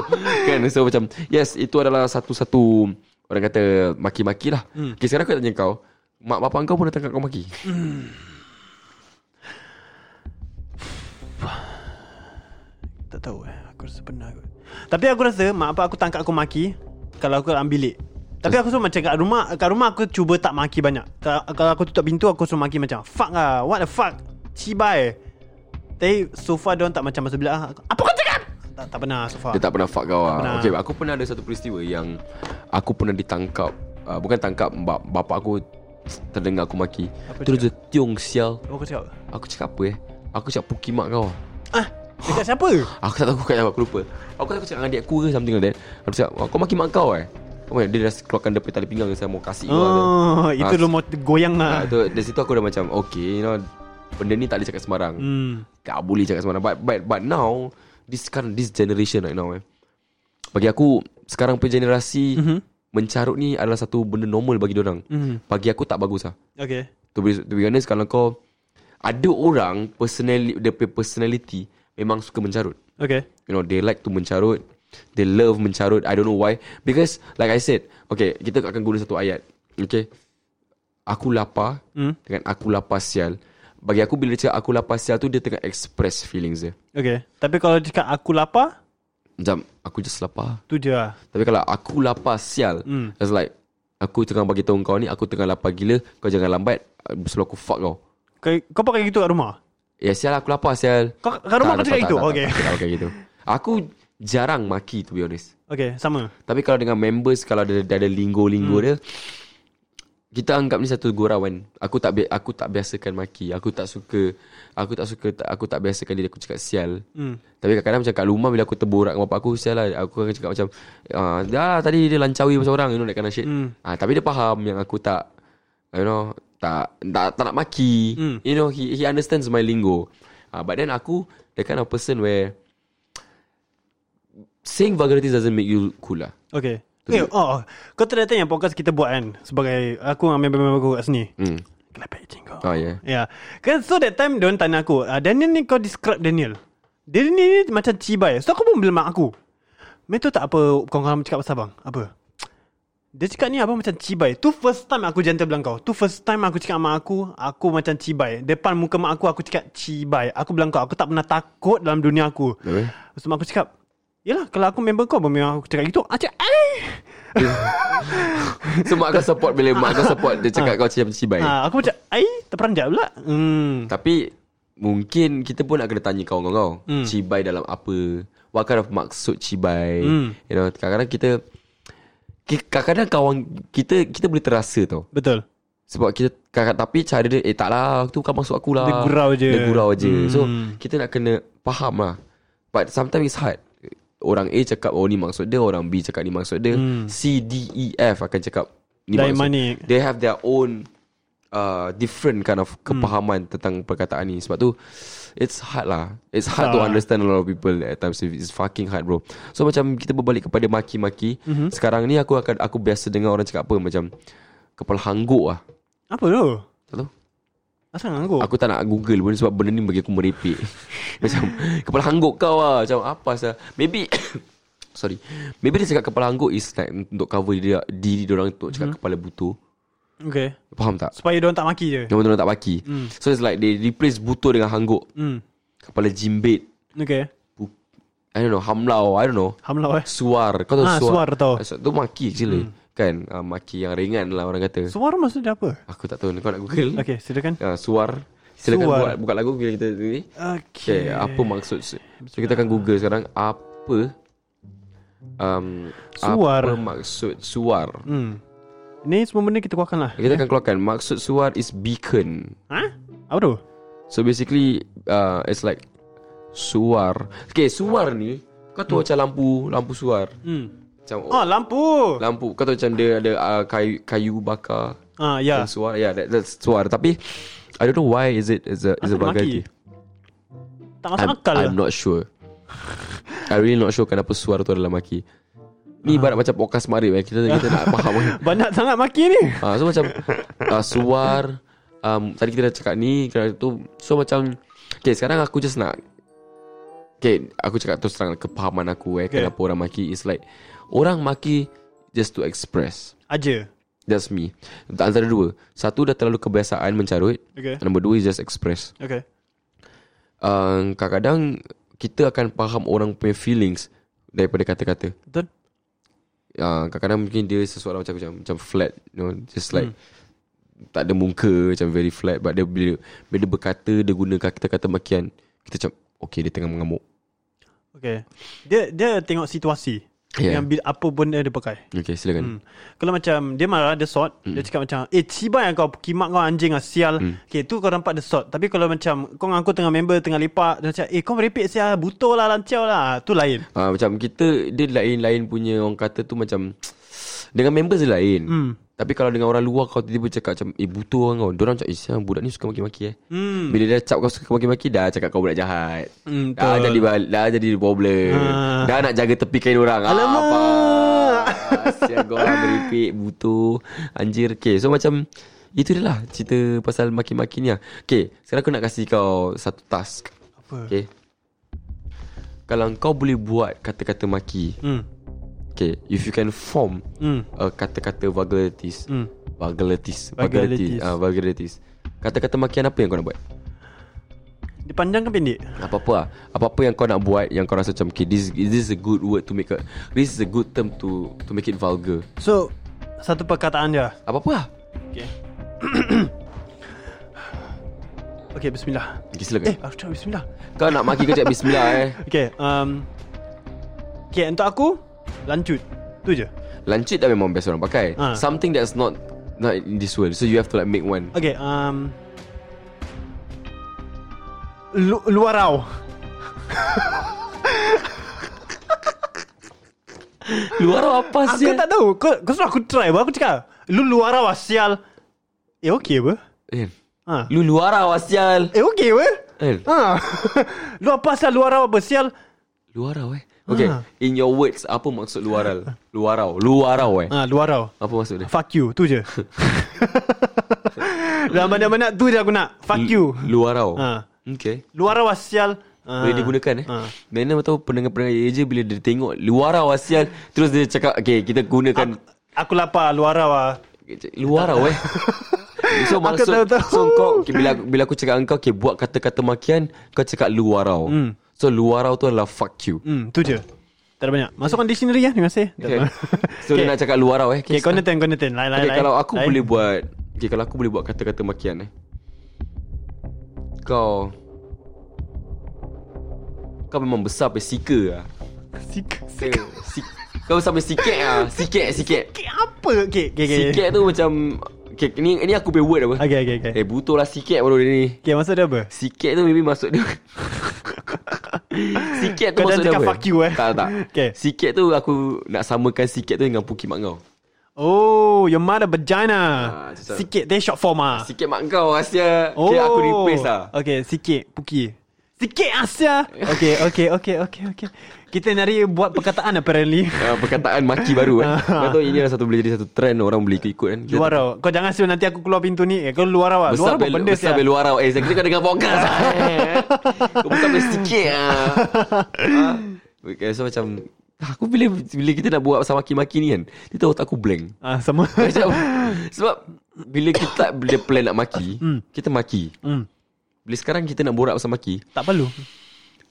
Speaker 5: Kan so macam Yes itu adalah satu-satu Orang kata Maki-maki lah hmm. Okay sekarang aku nak tanya kau Mak bapak kau pun datang kat kau maki
Speaker 3: Tak tahu eh. Aku rasa pernah kot. Tapi aku rasa mak apa aku tangkap aku maki kalau aku dalam bilik. Tapi aku suruh macam kat rumah Kat rumah aku cuba tak maki banyak Kalau, kalau aku tutup pintu Aku suruh maki macam Fuck lah What the fuck Cibai Tapi so far Diorang tak macam masuk bilik ah, aku, Apa kau cakap Tak, tak pernah so far
Speaker 5: Dia tak pernah fuck kau lah
Speaker 3: Ah. pernah.
Speaker 5: Okay aku pernah ada satu peristiwa yang Aku pernah ditangkap uh, Bukan tangkap bap, Bapak aku Terdengar aku maki
Speaker 3: Apa
Speaker 5: Terus dia tiung sial
Speaker 3: Apa Oh, kau cakap
Speaker 5: Aku cakap apa eh Aku cakap puki mak kau
Speaker 3: Ah Dekat
Speaker 5: [laughs]
Speaker 3: siapa
Speaker 5: Aku tak tahu aku kat aku lupa Aku tak tahu cakap dengan adik aku ke something like that Aku cakap kau maki mak kau eh Oh, dia dah keluarkan dia punya tali pinggang Saya mau kasih kau
Speaker 3: Oh Itu
Speaker 5: Ah,
Speaker 3: lu mau goyang
Speaker 5: Ah,
Speaker 3: lah
Speaker 5: tu, dari situ aku dah macam Okay you know Benda ni tak boleh cakap sembarang mm.
Speaker 3: Hmm
Speaker 5: Tak boleh cakap sembarang But but, but now This current this generation right now eh Bagi aku Sekarang punya generasi mm-hmm. Mencarut ni adalah satu benda normal bagi orang.
Speaker 3: Mhm.
Speaker 5: Bagi aku tak bagus lah
Speaker 3: Okay
Speaker 5: To be, to be honest Kalau kau Ada orang personality, Dia punya personality Memang suka mencarut
Speaker 3: Okay
Speaker 5: You know They like to mencarut They love mencarut I don't know why Because like I said Okay Kita akan guna satu ayat Okay Aku lapar mm. Dengan aku lapar sial Bagi aku bila dia cakap aku lapar sial tu Dia tengah express feelings dia
Speaker 3: Okay Tapi kalau dia cakap aku lapar
Speaker 5: Macam Aku just lapar
Speaker 3: Tu je lah
Speaker 5: Tapi kalau aku lapar sial mm. It's like Aku tengah bagi tahu kau ni Aku tengah lapar gila Kau jangan lambat Sebelum aku fuck kau
Speaker 3: kau, kau pakai gitu kat rumah
Speaker 5: Ya sial aku lapar sial
Speaker 3: Kau kat rumah kau cakap gitu Okay
Speaker 5: tak, tak, tak, tak, gitu. Aku jarang maki to be honest.
Speaker 3: Okay sama
Speaker 5: Tapi kalau dengan members kalau ada ada ada linggo-linggo hmm. dia kita anggap ni satu gurauan. Aku tak bi- aku tak biasakan maki. Aku tak suka aku tak suka tak, aku tak biasakan diri aku cakap sial. Hmm. Tapi kadang-kadang macam kat rumah bila aku terborak dengan bapak aku sial lah. Aku akan cakap macam ah dah tadi dia lancawi macam orang you know that kind of shit. Hmm. Ah tapi dia faham yang aku tak you know tak tak, tak nak maki. Hmm. You know he he understands my lingo. Ah but then aku the kind of person where saying vulgarities doesn't make you cool lah.
Speaker 3: Okay Eh, oh, kau ternyata yang podcast kita buat kan Sebagai Aku dengan member-member aku kat sini
Speaker 5: Hmm.
Speaker 3: Kenapa ejing kau
Speaker 5: Oh yeah.
Speaker 3: Ya. Yeah. So that time dia tanya aku, uh, Daniel ni kau describe Daniel. Daniel ni, ni macam cibai. So aku pun belum aku. Metu tak apa kawan-kawan cakap pasal abang. Apa? Dia cakap ni abang macam cibai. Tu first time aku gentle bilang kau. Tu first time aku cakap sama aku, aku macam cibai. Depan muka mak aku aku cakap cibai. Aku bilang kau aku tak pernah takut dalam dunia aku.
Speaker 5: Apa?
Speaker 3: Lepas tu mak aku cakap, Yelah kalau aku member kau Memang aku cakap gitu Aku cakap "Eh."
Speaker 5: So mak kau support bila mak kau support dia cakap kau macam cibai.
Speaker 3: Ah, Aku macam Ai terperanjat pula Hmm
Speaker 5: Tapi mungkin kita pun nak kena tanya kau kau.
Speaker 3: Hmm.
Speaker 5: Cibai dalam apa? What kind of maksud cibai?
Speaker 3: Hmm.
Speaker 5: You know, kadang-kadang kita ki- kadang-kadang kawan kita kita boleh terasa tau.
Speaker 3: Betul
Speaker 5: Sebab kita kakak tapi cara dia eh taklah tu bukan maksud aku lah.
Speaker 3: Dia gurau je.
Speaker 5: Dia gurau je. Hmm. So kita nak kena faham lah. But sometimes it's hard. Orang A cakap oh ni maksud dia, orang B cakap ni maksud dia, hmm. C D E F akan cakap ni maksud.
Speaker 3: Daimanik.
Speaker 5: They have their own uh, different kind of kepahaman hmm. tentang perkataan ni. Sebab tu it's hard lah. It's hard to
Speaker 3: Susah.
Speaker 5: understand a lot of people at times. It's fucking hard bro. So macam kita berbalik kepada maki-maki. Mm-hmm. Sekarang ni aku akan aku biasa dengar orang cakap apa macam kepala hangguk lah.
Speaker 3: Apa tu?
Speaker 5: Tak tahu.
Speaker 3: Asal ngangguk?
Speaker 5: Aku tak nak google pun sebab benda ni bagi aku merepek. [laughs] macam kepala hangguk kau lah. Macam apa sah. Maybe [coughs] sorry. Maybe dia cakap kepala hangguk is like untuk cover dia, diri dia orang untuk cakap hmm. kepala butuh.
Speaker 3: Okay
Speaker 5: Faham tak?
Speaker 3: Supaya diorang tak maki je
Speaker 5: Dia orang tak baki. Mm. So it's like they replace butuh dengan hangguk.
Speaker 3: Hmm
Speaker 5: Kepala jimbit.
Speaker 3: Okay
Speaker 5: Bu- I don't know, hamlau, I don't know.
Speaker 3: Hamlau eh
Speaker 5: Suar. Kau tahu
Speaker 3: Ah,
Speaker 5: suar?
Speaker 3: suar Hmm. tahu.
Speaker 5: Ah, Tu maki actually. Mm. Kan? Uh, maki yang ringan lah orang kata.
Speaker 3: Suara maksud dia apa?
Speaker 5: Aku tak tahu. Kau nak google?
Speaker 3: Okay silakan
Speaker 5: Ah, suar. Silakan
Speaker 3: Suar.
Speaker 5: buat, buka lagu bila kita ni. Okay,
Speaker 3: Okay,
Speaker 5: apa maksud su- So kita akan google sekarang Apa um,
Speaker 3: Suar.
Speaker 5: Apa maksud suar hmm.
Speaker 3: Ni semua benda kita keluarkan lah
Speaker 5: Kita akan keluarkan Maksud suar is beacon
Speaker 3: Ha? Apa tu?
Speaker 5: So basically uh, It's like Suar Okay suar ni Kau tahu macam lampu Lampu suar
Speaker 3: Hmm.
Speaker 5: Macam
Speaker 3: Oh lampu
Speaker 5: Lampu Kau tahu macam dia ada uh, kayu, kayu bakar
Speaker 3: Ah ya
Speaker 5: Yang suar Yeah that, that's suar Tapi I don't know why is it is a is a
Speaker 3: Asal dia
Speaker 5: vulgarity.
Speaker 3: Tak masuk
Speaker 5: I'm,
Speaker 3: akal lah
Speaker 5: I'm not sure I really not sure Kenapa suara tu adalah maki
Speaker 3: Ah.
Speaker 5: Ni ibarat macam podcast marib eh. Kita kita nak faham kan
Speaker 3: Banyak sangat maki ni
Speaker 5: uh, So macam uh, Suar um, Tadi kita dah cakap ni kena tu. So macam Okay sekarang aku just nak Okay Aku cakap terus terang Kepahaman aku eh
Speaker 3: Okay.
Speaker 5: okay. Kenapa orang maki It's like Orang maki Just to express
Speaker 3: Aja
Speaker 5: That's me Antara dua Satu dah terlalu kebiasaan mencarut
Speaker 3: Okay
Speaker 5: Nombor dua is just express
Speaker 3: Okay
Speaker 5: uh, kadang-kadang kita akan faham orang punya feelings daripada kata-kata.
Speaker 3: Betul
Speaker 5: Uh, kadang-kadang mungkin dia sesuatu macam macam, macam flat, you know, just like tak ada muka, macam very flat but dia bila bila dia berkata dia guna kata-kata makian, kita macam okay dia tengah mengamuk.
Speaker 3: Okay Dia dia tengok situasi
Speaker 5: Yeah.
Speaker 3: Yang bila, apa benda dia pakai
Speaker 5: Okay, silakan.
Speaker 3: Hmm. Kalau macam dia marah dia sort, mm. dia cakap macam, "Eh, cibai kau, kimak kau anjing ah, sial." Mm. Okay, tu kau nampak dia sort. Tapi kalau macam kau dengan aku tengah member tengah lepak, dia macam, "Eh, kau merepek sial, butuh lah lancau lah." Tu lain.
Speaker 5: Ah macam kita dia lain-lain punya orang kata tu macam dengan members dia lain. Tapi kalau dengan orang luar kau tiba-tiba cakap macam eh butuh orang kau. Diorang macam eh siang, budak ni suka maki-maki eh. Hmm. Bila dia cap kau suka maki-maki dah cakap kau budak jahat.
Speaker 3: Hmm,
Speaker 5: dah
Speaker 3: betul.
Speaker 5: jadi bal- dah jadi problem.
Speaker 3: Ah.
Speaker 5: Dah nak jaga tepi kain orang. Alamak. Apa? Sial kau orang meripik butuh anjir. Okay so macam itu dia lah cerita pasal maki-maki ni lah. Okay sekarang aku nak kasih kau satu task.
Speaker 3: Apa?
Speaker 5: Okay Kalau kau boleh buat kata-kata maki
Speaker 3: Hmm.
Speaker 5: Okay If you can form
Speaker 3: Hmm.
Speaker 5: uh, Kata-kata vulgarities
Speaker 3: Hmm.
Speaker 5: Vulgarities
Speaker 3: Vulgarities.
Speaker 5: Vulgarities ah, Vulgarities Kata-kata makian apa yang kau nak buat?
Speaker 3: Dia panjang ke pendek?
Speaker 5: Apa-apa lah Apa-apa yang kau nak buat Yang kau rasa macam okay, this, this is a good word to make a, This is a good term to To make it vulgar
Speaker 3: So satu perkataan je.
Speaker 5: Apa-apa lah
Speaker 3: Okay. [coughs] okay, bismillah.
Speaker 5: Okay
Speaker 3: Eh,
Speaker 5: silakan eh.
Speaker 3: aku cakap bismillah.
Speaker 5: Kau nak maki kau cakap bismillah eh
Speaker 3: Okay, um Okay, untuk aku lanjut. Tu je.
Speaker 5: Lancut dah memang best orang pakai
Speaker 3: Ah.
Speaker 5: Something that's not Not in this world So you have to like make one
Speaker 3: Okay, um Lu- luarau.
Speaker 5: Luar apa
Speaker 3: Aku tak tahu. Kau kau suruh aku try, baru aku cakap. Lu luarau ah, sial. Eh, okay apa?
Speaker 5: Eh,
Speaker 3: Ha.
Speaker 5: Lu luar awak sial
Speaker 3: Eh, okay apa?
Speaker 5: Eh,
Speaker 3: Ha. [laughs] Lu apa sial luarau apa sial?
Speaker 5: Luarau eh Okay
Speaker 3: Ah.
Speaker 5: In your words Apa maksud luaral Luarau Luarau eh
Speaker 3: Ha, luarau.
Speaker 5: Apa maksud dia
Speaker 3: Fuck you, tu je. [laughs] Dah mana-mana tu je aku nak. Fuck you.
Speaker 5: Lu- Luarau
Speaker 3: Ah.
Speaker 5: Okay
Speaker 3: Luarau ah, sial. Ha.
Speaker 5: boleh digunakan eh
Speaker 3: Ha.
Speaker 5: Mana tahu pendengar-pendengar je Bila dia tengok Luarau asial Terus dia cakap Okay kita gunakan
Speaker 3: Aku lapar luarau ah.
Speaker 5: Luarau
Speaker 3: [laughs]
Speaker 5: eh So
Speaker 3: Aku
Speaker 5: maksud
Speaker 3: tahu-tahu.
Speaker 5: So kau okay, bila, aku- bila aku cakap engkau Okay buat kata-kata makian Kau cakap luarau mm. So luarau tu adalah fuck you
Speaker 3: Hmm, tu je. Tak ada banyak. Masukkan dictionary ya, terima kasih. [laughs]
Speaker 5: Okay So dia nak cakap luarau eh
Speaker 3: Okay, kau
Speaker 5: start.
Speaker 3: neten, kau neten. Lain, lain,
Speaker 5: Okay,
Speaker 3: lain.
Speaker 5: kalau aku
Speaker 3: Lain.
Speaker 5: boleh buat Okay, kalau aku boleh buat kata-kata makian eh Kau Kau memang besar sampai sika lah
Speaker 3: Sikit.
Speaker 5: Sika. Si- Kau sampai sikit lah Sikit, sikit
Speaker 3: Sikit apa? Okay, okay, okay.
Speaker 5: Sikit tu macam Okay, ni, ni aku punya word apa
Speaker 3: Okay, okay, okay.
Speaker 5: Eh, butuh lah sikit baru dia ni
Speaker 3: Okay, maksud dia apa?
Speaker 5: Sikit tu maybe maksud
Speaker 3: [laughs]
Speaker 5: dia Sikit tu
Speaker 3: Kau
Speaker 5: maksud
Speaker 3: jangan
Speaker 5: dia
Speaker 3: cakap
Speaker 5: apa?
Speaker 3: fuck you, eh.
Speaker 5: Tak, tak
Speaker 3: [laughs] Okay.
Speaker 5: Sikit tu aku nak samakan sikit tu dengan puki mak kau
Speaker 3: Oh, your mother vagina.
Speaker 5: Ah, susah.
Speaker 3: sikit, dia short form ah.
Speaker 5: Sikit mak kau Asia oh. Okay aku replace lah
Speaker 3: Okay, sikit. Puki. Sikit
Speaker 5: [laughs]
Speaker 3: Asya. Okay, okay, okay, okay, okay. Kita nari buat perkataan
Speaker 5: [laughs]
Speaker 3: apparently.
Speaker 5: uh, Perkataan maki baru
Speaker 3: [laughs]
Speaker 5: eh.
Speaker 3: Ah.
Speaker 5: Kau tahu ini adalah satu boleh jadi satu trend Orang boleh ikut-ikut kan Kita-
Speaker 3: Luarau. Kau jangan sure nanti aku keluar pintu ni. Eh, kau luarau lah.
Speaker 5: Besar
Speaker 3: Luarau apa
Speaker 5: bel-
Speaker 3: benda
Speaker 5: Besar
Speaker 3: sial?
Speaker 5: bel luar Eh kita kau dengar
Speaker 3: [laughs]
Speaker 5: podcast ah, eh. Kau besar bel sikit ah. Ah. Okay, So macam Aku bila bila kita nak buat pasal maki-maki ni kan Dia tahu otak aku blank
Speaker 3: Ah,
Speaker 5: [laughs]
Speaker 3: sama. [laughs]
Speaker 5: Macam Sebab Bila kita Bila plan nak maki Kita maki
Speaker 3: Hmm.
Speaker 5: Bila sekarang kita nak borak pasal maki
Speaker 3: tak perlu.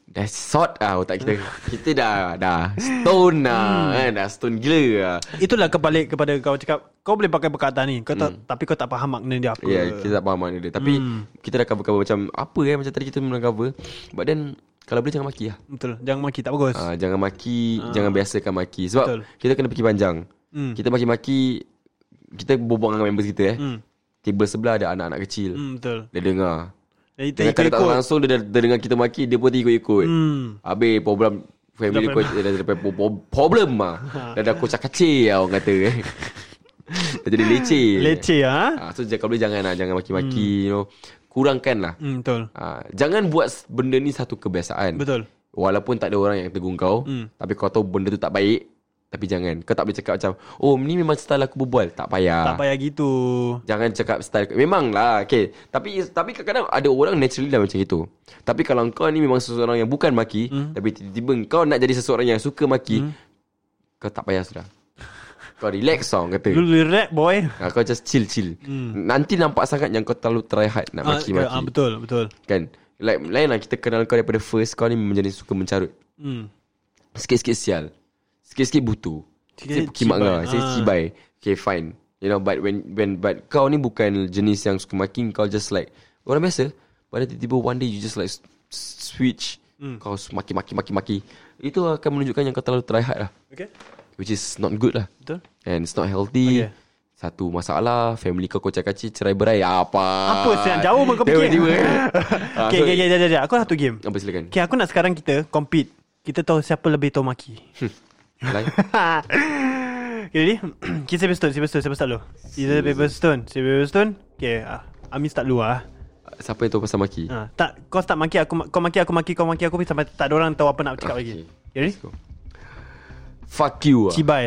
Speaker 5: Dah sort lah otak kita Kita dah Dah stone lah
Speaker 3: Hmm.
Speaker 5: kan, Dah stone gila lah
Speaker 3: Itulah kebalik kepada kau cakap kau boleh pakai perkataan ni kau tak, tapi kau tak faham makna dia apa.
Speaker 5: Ya Hmm. yeah, kita tak faham makna dia Tapi
Speaker 3: Hmm.
Speaker 5: Kita dah cover-cover macam Apa eh Macam tadi kita pernah cover But then Kalau boleh jangan maki lah
Speaker 3: Betul. Jangan maki tak bagus.
Speaker 5: uh, Jangan maki uh. Jangan biasakan maki Sebab
Speaker 3: Ah. Betul. Hmm.
Speaker 5: Betul. Kita kena fikir panjang mm. Kita maki-maki Kita berbual dengan members kita eh mm. Table sebelah ada anak-anak kecil mm.
Speaker 3: Hmm, betul.
Speaker 5: Dia dengar
Speaker 3: Dan Eh, itu
Speaker 5: Dengan
Speaker 3: ikut
Speaker 5: kadang tak
Speaker 3: ikut.
Speaker 5: langsung dia, dah- dia dengar kita maki Dia pun ikut-ikut
Speaker 3: Hmm.
Speaker 5: Habis problem Family kau Dah dapat problem lah
Speaker 3: Ha.
Speaker 5: Dah ada kocak kecil lah orang kata
Speaker 3: [laughs]
Speaker 5: eh Dah jadi leceh
Speaker 3: Leceh Hmm.
Speaker 5: Ah,
Speaker 3: ah.
Speaker 5: so jangan- kalau boleh jangan lah Jangan maki-maki you know. Kurangkan lah
Speaker 3: Hmm, betul.
Speaker 5: ah, Jangan buat s- benda ni satu kebiasaan
Speaker 3: Betul. Hmm.
Speaker 5: Walaupun tak ada orang yang tegur kau Tapi kau tahu benda tu tak baik Tapi jangan Kau tak boleh cakap macam Oh ni memang style aku berbual Tak payah
Speaker 3: Tak payah gitu.
Speaker 5: Jangan cakap style Memang lah okay. Tapi tapi kadang-kadang Ada orang naturally dah macam itu Tapi kalau kau ni Memang seseorang yang bukan maki
Speaker 3: Hmm.
Speaker 5: Tapi tiba-tiba Kau nak jadi seseorang yang suka maki Kau tak payah sudah Kau relax tau kata
Speaker 3: Lu lu rap boy.
Speaker 5: ha, Kau just chill-chill Nanti nampak sangat Yang kau terlalu try hard Nak
Speaker 3: Hmm. Ah,
Speaker 5: maki-maki
Speaker 3: ah, betul, betul.
Speaker 5: Kan like, Lain lah kita kenal kau Daripada first Kau ni menjadi suka mencarut
Speaker 3: Hmm.
Speaker 5: Sikit-sikit sial Sikit-sikit butuh Sikit
Speaker 3: Sikit-sikit
Speaker 5: sikit mak
Speaker 3: cibai.
Speaker 5: kau Sikit
Speaker 3: Ah.
Speaker 5: cibai Okay fine You know but when when But kau ni bukan jenis yang suka maki Kau just like Orang biasa Pada tiba-tiba one day You just like s- s- Switch
Speaker 3: Hmm.
Speaker 5: Kau maki-maki-maki-maki Itu akan menunjukkan Yang kau terlalu try hard lah
Speaker 3: Okay.
Speaker 5: Which is not good lah
Speaker 3: Betul.
Speaker 5: And it's not healthy
Speaker 3: Okay.
Speaker 5: Satu masalah Family kau kocak kacik Cerai berai Apa
Speaker 3: Apa siang jauh pun kau fikir.
Speaker 5: Ah,
Speaker 3: [laughs]
Speaker 5: Tiba-tiba Ah,
Speaker 3: Okay,
Speaker 5: so-
Speaker 3: okay, okay, jap, jap, jap. Aku ada satu game.
Speaker 5: Apa silakan
Speaker 3: Okay, aku nak sekarang kita compete. Kita tahu siapa lebih tahu maki.
Speaker 5: Lain
Speaker 3: okay, ready? [clears throat] okay, siapa stone, siapa stone, siapa start dulu? Siapa paper stone, siapa paper stone. Okay, ah, Amin start dulu ah.
Speaker 5: Siapa yang tahu pasal maki
Speaker 3: Ah, tak, kau start maki, aku, ma- kau maki, aku maki, kau maki, aku sampai tak ada orang tahu apa nak cakap lagi.
Speaker 5: Okay.
Speaker 3: Okay, ready?
Speaker 5: Ah, Let's go. Fuck you ah.
Speaker 3: Cibai.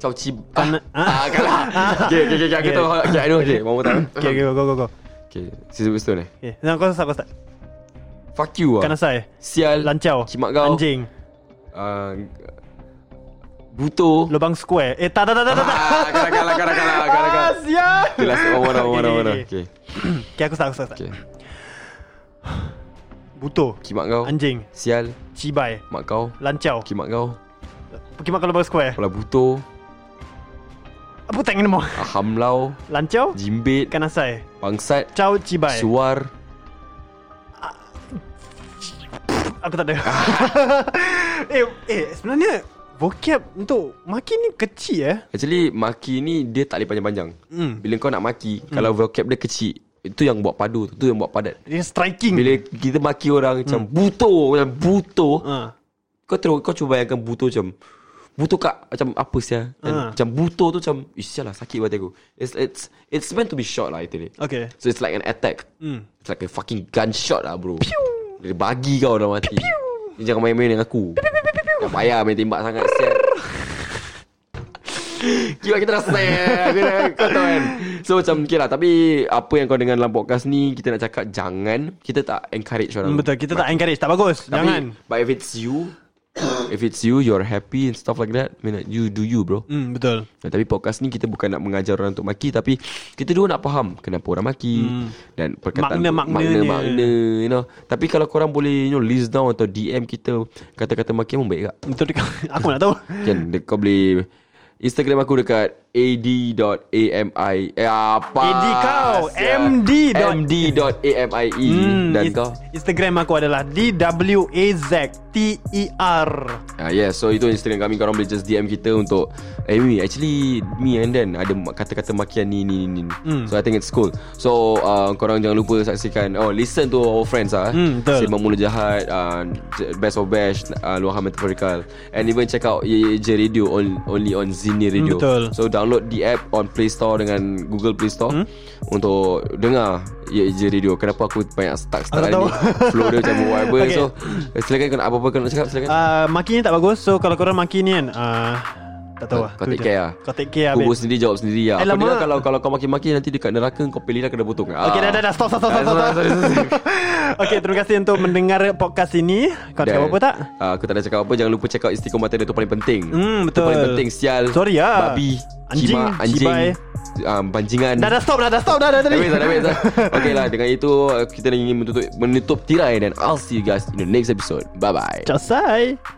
Speaker 5: Kau cib
Speaker 3: Kan-
Speaker 5: ah, ah, kalah [laughs] Okay okay okay Aku
Speaker 3: Okay.
Speaker 5: tahu Okay I know okay One more time
Speaker 3: Okay, okay, go, go, go.
Speaker 5: Okay Scissor Stone eh
Speaker 3: Okay, now kau start, kau start.
Speaker 5: Fuck you lah
Speaker 3: Kanasai
Speaker 5: Sial
Speaker 3: Lancau
Speaker 5: Cimak kau
Speaker 3: Anjing
Speaker 5: uh, Buto
Speaker 3: Lubang square Eh tak tak tak tak tak, tak
Speaker 5: Ah, kalah kalah kalah kalah kalah
Speaker 3: Ah
Speaker 5: kalah
Speaker 3: sial
Speaker 5: Itulah sebab mana mana
Speaker 3: Okay,
Speaker 5: mana
Speaker 3: okay,
Speaker 5: Okay
Speaker 3: Okay aku start aku start,
Speaker 5: Okay
Speaker 3: start. Buto
Speaker 5: Kimak kau
Speaker 3: Anjing
Speaker 5: Sial
Speaker 3: Cibai
Speaker 5: Mak kau
Speaker 3: Lancau
Speaker 5: Kimak kau
Speaker 3: Kimak kalau lubang square
Speaker 5: Kepala buto
Speaker 3: Apa tak [laughs] nama
Speaker 5: Hamlau
Speaker 3: Lancau
Speaker 5: Jimbit
Speaker 3: Kanasai
Speaker 5: Bangsat
Speaker 3: Ciao Cibai
Speaker 5: Suar
Speaker 3: Aku tak ada
Speaker 5: Ah.
Speaker 3: [laughs] Eh eh sebenarnya Vocab untuk Maki ni kecil eh
Speaker 5: Actually Maki ni Dia tak boleh panjang-panjang
Speaker 3: Hmm.
Speaker 5: Bila kau nak maki Kalau vocab dia kecil Itu yang buat padu tu, tu yang buat padat
Speaker 3: Dia striking
Speaker 5: Bila kita maki orang Macam
Speaker 3: Hmm.
Speaker 5: buto Macam buto
Speaker 3: ha.
Speaker 5: Kau terus Kau cuba bayangkan buto macam Buto kak Macam apa siya
Speaker 3: Ah.
Speaker 5: Dan Macam buto tu macam "Ih, Sial lah sakit hati aku It's, it's, it's meant to be short lah actually
Speaker 3: Okay
Speaker 5: So it's like an attack
Speaker 3: Ah. Hmm.
Speaker 5: It's like a fucking gunshot lah bro Dia bagi kau dah mati Dia jangan main-main dengan aku Tak payah main tembak sangat sial Kira kita eh. dah snap Kita Kau tahu kan So macam okay lah Tapi Apa yang kau dengar dalam podcast ni Kita nak cakap Jangan Kita tak encourage orang
Speaker 3: Hmm, Betul kita tak encourage Tak bagus
Speaker 5: Tapi,
Speaker 3: Jangan
Speaker 5: But if it's you [coughs] If it's you You're happy and stuff like that I mean like, You do you bro
Speaker 3: Hmm betul
Speaker 5: Nah, tapi podcast ni kita bukan nak mengajar orang untuk maki tapi kita dulu nak faham kenapa orang maki hmm. dan perkataan makna,
Speaker 3: Makna-maknanya.
Speaker 5: makna you know. Tapi kalau korang boleh you know list down atau DM kita kata-kata maki pun baik tak?
Speaker 3: Betul dekat [laughs] Aku nak tahu
Speaker 5: Kan de- kau boleh Instagram aku dekat ad.ami eh, apa?
Speaker 3: AD kau,
Speaker 5: sial?
Speaker 3: MD.
Speaker 5: md.amie E.
Speaker 3: Hmm,
Speaker 5: dan
Speaker 3: is-
Speaker 5: kau.
Speaker 3: Instagram aku adalah D-W-A-Z-T-E-R
Speaker 5: Ah yeah, so itu Instagram kami Korang boleh just DM kita untuk Eh Mimi, actually Me and Dan Ada ma- kata-kata makian ni ni ni ni."
Speaker 3: Hmm.
Speaker 5: So I think it's cool So uh, korang jangan lupa saksikan Oh listen to our friends ah.
Speaker 3: Hmm, betul.
Speaker 5: Sembang Mula Jahat uh, J- Best of Best uh, Luahan Metaphorical And even check out Ye Ye Je Radio on, Only on Zini Radio
Speaker 3: Hmm, betul.
Speaker 5: So download the app on Play Store Dengan Google Play Store
Speaker 3: Hmm?
Speaker 5: Untuk dengar Ye Ye Je Radio Kenapa aku banyak stuck-stuck
Speaker 3: Aku
Speaker 5: hari
Speaker 3: tak
Speaker 5: ni
Speaker 3: tahu.
Speaker 5: Flow
Speaker 3: [laughs]
Speaker 5: dia macam whatever
Speaker 3: Okay.
Speaker 5: So silakan kau nak- apa-apa kau nak cakap silakan
Speaker 3: uh, Maki ni tak bagus So kalau korang maki ni kan uh, Tak tahu lah
Speaker 5: Kau
Speaker 3: tu
Speaker 5: take
Speaker 3: je.
Speaker 5: care lah.
Speaker 3: Kau take care lah
Speaker 5: Kubur
Speaker 3: babe.
Speaker 5: sendiri jawab sendiri lah
Speaker 3: Eh,
Speaker 5: Aku
Speaker 3: lama.
Speaker 5: dengar kalau Kalau kau maki-maki Nanti dekat neraka Kau pilih lah kena potong
Speaker 3: Okay dah dah dah Stop stop stop, stop, stop,
Speaker 5: Ah,
Speaker 3: stop. [laughs] Okay terima kasih untuk mendengar podcast ini Kau cakap apa tak?
Speaker 5: uh, Aku tak ada cakap apa Jangan lupa check out Istiqomah Tenda tu paling penting
Speaker 3: Hmm,
Speaker 5: Tu
Speaker 3: betul.
Speaker 5: paling penting Sial
Speaker 3: Sorry lah.
Speaker 5: Babi
Speaker 3: Anjing,
Speaker 5: Cima Anjing
Speaker 3: cibai.
Speaker 5: um, Banjingan
Speaker 3: Dah dah stop dah dah stop dah dah
Speaker 5: Dah
Speaker 3: tadi
Speaker 5: habis dah dah habis dah Okay lah dengan itu uh, Kita ingin menutup, menutup tirai Dan I'll see you guys In the next episode Bye bye
Speaker 3: Ciao say